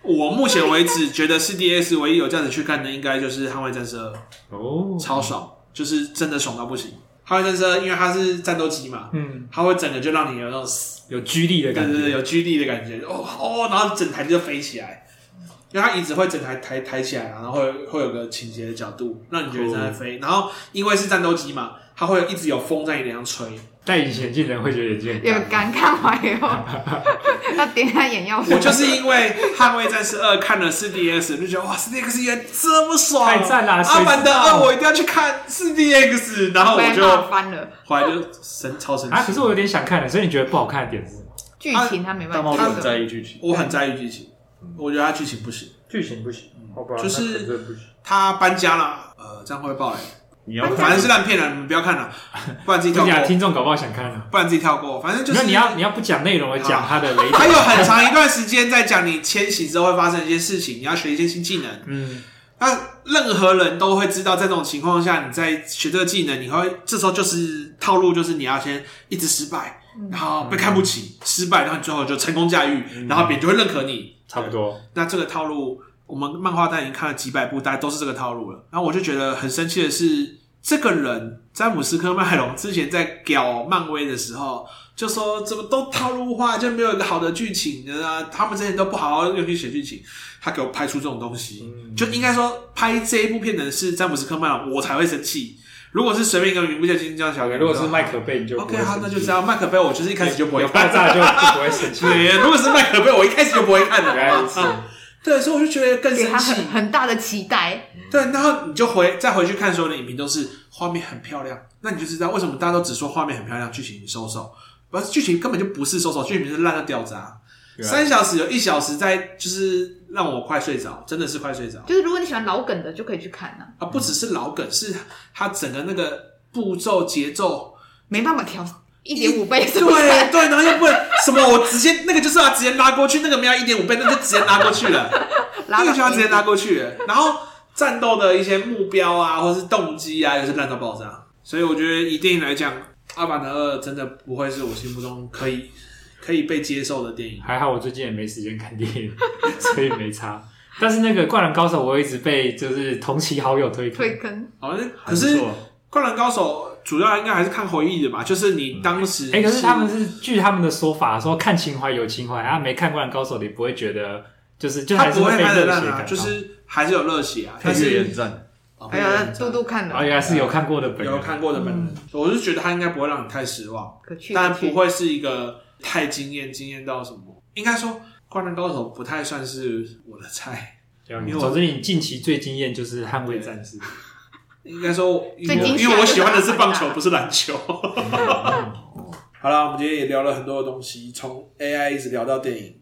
S1: 我目前为止觉得四 D X 唯一有价值去看的，应该就是《捍卫战士二》，
S2: 哦，
S1: 超爽，就是真的爽到不行。《捍卫战士二》因为它是战斗机嘛，
S2: 嗯，
S1: 它会整个就让你有那种
S2: 有拘力的
S1: 对
S2: 感
S1: 对对，
S2: 觉。
S1: 有居力的感觉，哦哦，然后整台就飞起来，因为它椅子会整台抬抬起来，然后会会有个倾斜的角度，让你觉得正在飞。然后因为是战斗机嘛，它会一直有风在你脸上吹。
S2: 戴隐形眼镜的人会觉得眼睛
S3: 有
S2: 很干。
S3: 感看完以 后，要点下眼药水
S1: 我，就是因为《捍卫战士二》看了四 DS，就觉得哇，四 DX 原来这么爽，啊
S2: 太赞啦谁
S1: 阿
S2: 知道
S1: 凡达哦二我一定要去看四 DX，然后我
S3: 被
S1: 就
S3: 骂翻了，
S1: 后来就神超神
S2: 啊，可
S1: 气
S2: 是我有点想看了，所以你觉得不好看的点是什么？
S3: 剧情他没
S4: 大
S3: 办
S4: 猫
S3: 法
S4: 都很
S3: 接
S4: 在
S3: 受，
S4: 意剧情，
S1: 我很在意剧情，我觉得它剧情不行，
S2: 剧情不行，好吧
S1: 就是那可
S2: 不行。
S1: 它搬家了，呃，这样会不会爆雷？
S4: 你要
S1: 反
S4: 看
S1: 正是烂片了，你们不要看了，不然自己跳
S2: 你讲
S1: 过，
S2: 听众搞不好想看了。
S1: 不然自己跳过。反正就
S2: 那
S1: 是
S2: 你要你要不讲内容，而讲它的雷
S1: 还
S2: 达。
S1: 有很长一段时间在讲你迁徙之后会发生一些事情，你要学一些新技能。
S2: 嗯，
S1: 那任何人都会知道，在这种情况下，你在学这个技能，你会这时候就是套路，就是你要先一直失败，然后被看不起，失败，然后你最后就成功驾驭，然后别人就会认可你。
S2: 嗯差不多。
S1: 那这个套路，我们漫画蛋已经看了几百部，大家都是这个套路了。然后我就觉得很生气的是，这个人詹姆斯科麦隆之前在屌漫威的时候，就说怎么都套路化，就没有一个好的剧情的啊。他们之前都不好好用心写剧情，他给我拍出这种东西，就应该说拍这一部片的是詹姆斯科麦隆，我才会生气。如果是随便一个名不见经传小哥，
S2: 如果是麦克贝，你就不
S1: OK
S2: 会
S1: 好，
S2: 生
S1: 那
S2: 气
S1: 就这。样。麦克贝，我就是一开始就不会
S2: 有爆
S1: 看。
S2: 炸就就不会 生气。
S1: 对，如果是麦克贝，我一开始就不会看的。
S2: 原来 如此
S1: 啊对，所以我就觉得更
S3: 给
S1: 生
S3: 他
S1: 气
S3: 很。很大的期待，
S1: 对，然后你就回再回去看所有的影评，都是画面很漂亮，那你就知道为什么大家都只说画面很漂亮，剧情收手，不是剧情根本就不是收手，剧情是烂到掉渣。
S2: 对啊
S1: 三小时有一小时在就是让我快睡着，真的是快睡着
S3: 就是如果你喜欢老梗的就可以去看啊，
S1: 啊！不只是老梗，是它整个那个步骤节 奏，
S3: 没办法调一点五倍
S1: 对
S3: 是不 是？
S1: 对，然后又不能什么，我直接那个就是要直接拉过去，那个没有一点五倍，那就直接拉过去了。
S3: 拉
S1: 那
S3: 到
S1: 个就要直接拉过去了。然后战斗的一些目标啊，或是动机啊，也是烂到爆炸。所以我觉得以电影来讲，《阿凡达二》真的不会是我心目中可以可以被接受的电影。
S2: 还好我最近也没时间看电影， 所以没差。但是那个《灌篮高手》，我一直被就是同期好友推
S3: 推
S2: 坑。
S3: 坑，
S1: 好，那
S4: 还
S1: 可
S4: 不
S1: 是《
S4: 错
S1: 灌篮高手》主要应该还是看回忆的吧？就是你当时，
S2: 哎、可是他们是据他们的说法说看情怀有情怀，啊，没看《灌篮高手》的也不会觉得就是就
S1: 他
S2: 还是
S1: 不
S2: 会
S1: 会
S2: 被
S1: 拍的
S2: 热
S1: 烂
S2: 血
S1: 啊，
S2: 感
S1: 就是还是有热血啊。
S4: 配
S1: 但
S4: 乐也
S1: 是
S4: 很赞，
S1: 哦
S3: 还有杜杜看
S2: 然后
S3: 了，
S2: 原来是有看过的本人，
S1: 有看过的本
S2: 嗯
S1: 人，我是觉得他应该不会让你太失望。
S3: 可去
S1: 当然
S3: 可去
S1: 不会是一个太惊艳，惊艳到什么？应该说，《灌篮高手不太算是我的菜，
S2: 这样
S1: 因为我
S2: 总之，你近期最惊艳就是《捍卫战士》
S1: 应该说我，因
S3: 最惊
S1: 为
S3: 喜
S1: 因为我喜欢的是
S3: 就是打
S1: 棒
S3: 篮
S1: 球，
S3: 球
S1: 不是篮球。 好啦，我们今天也聊了很多的东西，从 AI 一直聊到电影，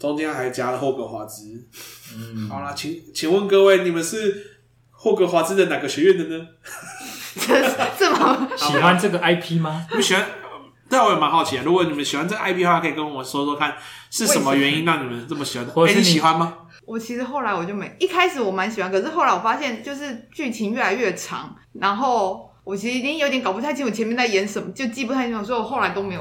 S1: 中间还夹了霍格华兹。
S4: 嗯，
S1: 好啦，请请问各位，你们是霍格华兹的哪个学院的呢？
S3: 这么
S2: 喜欢这个 IP 吗？
S1: 你们喜欢？但我也蛮好奇的，啊如果你们喜欢这个 IP 的话，可以跟我们说说看，是什么原因让你们这么喜欢的？
S2: 或者
S1: 哎，
S2: 是
S1: 你
S2: 你
S1: 喜欢吗？
S3: 我其实后来我就没，一开始我蛮喜欢，可是后来我发现就是剧情越来越长，然后我其实已经有点搞不太清楚前面在演什么，就记不太清楚，所以我后来都没有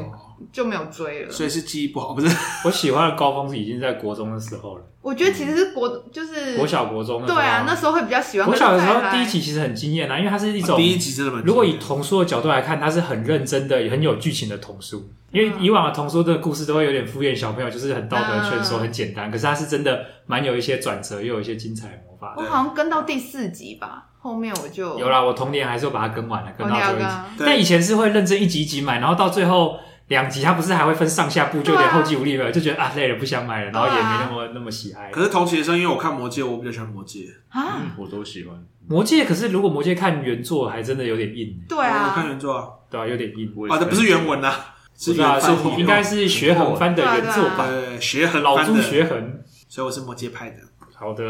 S3: 就没有追了。
S1: 所以是记忆不好，不是？
S2: 我喜欢的高峰是已经在国中的时候了，
S3: 我觉得其实是国就是
S2: 国小国中的时
S3: 嗯对
S2: 候
S3: 啊，那时候会比较喜欢。
S2: 国嗯小的时
S3: 可是后
S2: 候
S3: 来
S2: 第一集其实很惊艳啊，因为它是一种
S1: 第一集真的蛮
S2: 如果以童书的角度来看，它是很认真的，也很有剧情的童书。因
S3: 嗯
S2: 为以往的童书的故事都会有点敷衍小朋友，就是很道德劝说，
S3: 嗯
S2: 很简单。可是它是真的蛮有一些转折，又有一些精彩的魔法
S3: 我
S2: 的。
S3: 好像跟到第四集吧，后面我就
S2: 有啦，我童年还是有把它跟完了，跟
S3: 我
S2: 到
S3: 那
S2: 最后一集。
S3: 个
S1: 对
S2: 但以前是会认真一集一集买，然后到最后两集，它不是还会分上下部，就有点
S3: 对啊
S2: 后继无力了，就觉得啊累了，不想买了，然后也
S3: 对
S2: 没
S3: 啊
S2: 那么那么喜爱。
S1: 可是同期的时候，因为我看《魔戒》，我比较喜欢《魔戒》。
S3: 啊，
S4: 嗯我都喜欢，
S2: 魔戒可是如果魔戒看原作，还真的有点硬，
S3: 对
S1: 我看
S3: 啊，
S1: 原作啊，
S2: 对吧、有点硬。
S4: 我也
S1: 啊，这不是原文啊，是
S2: 对啊，
S1: 原
S2: 是
S1: 作，
S2: 应该是学恒翻的原作吧？
S1: 呃学很
S2: 老
S1: 翻
S2: 朱
S1: 的，
S2: 学恒。
S1: 所以我是魔戒派的。
S2: 好的，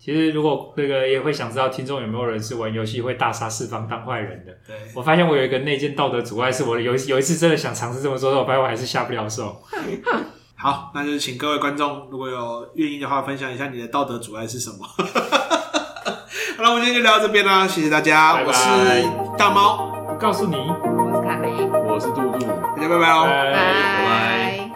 S2: 其实如果那个也会想知道听众有没有人是玩游戏会大杀四方当坏人的。
S1: 对，
S2: 我发现我有一个内建道德阻碍，是我有一有一次真的想尝试这么做，但我发现我还是下不了手。
S1: 好，那就请各位观众，如果有愿意的话，分享一下你的道德阻碍是什么。 好了，我们今天就聊到这边啦，谢谢大家，
S2: 拜拜
S1: 我是大猫，
S2: 我告诉你，
S3: 我是凯梅，
S4: 我是杜杜。
S2: 呃
S1: 大家拜拜喽。哦
S2: 拜
S3: 拜
S4: 拜。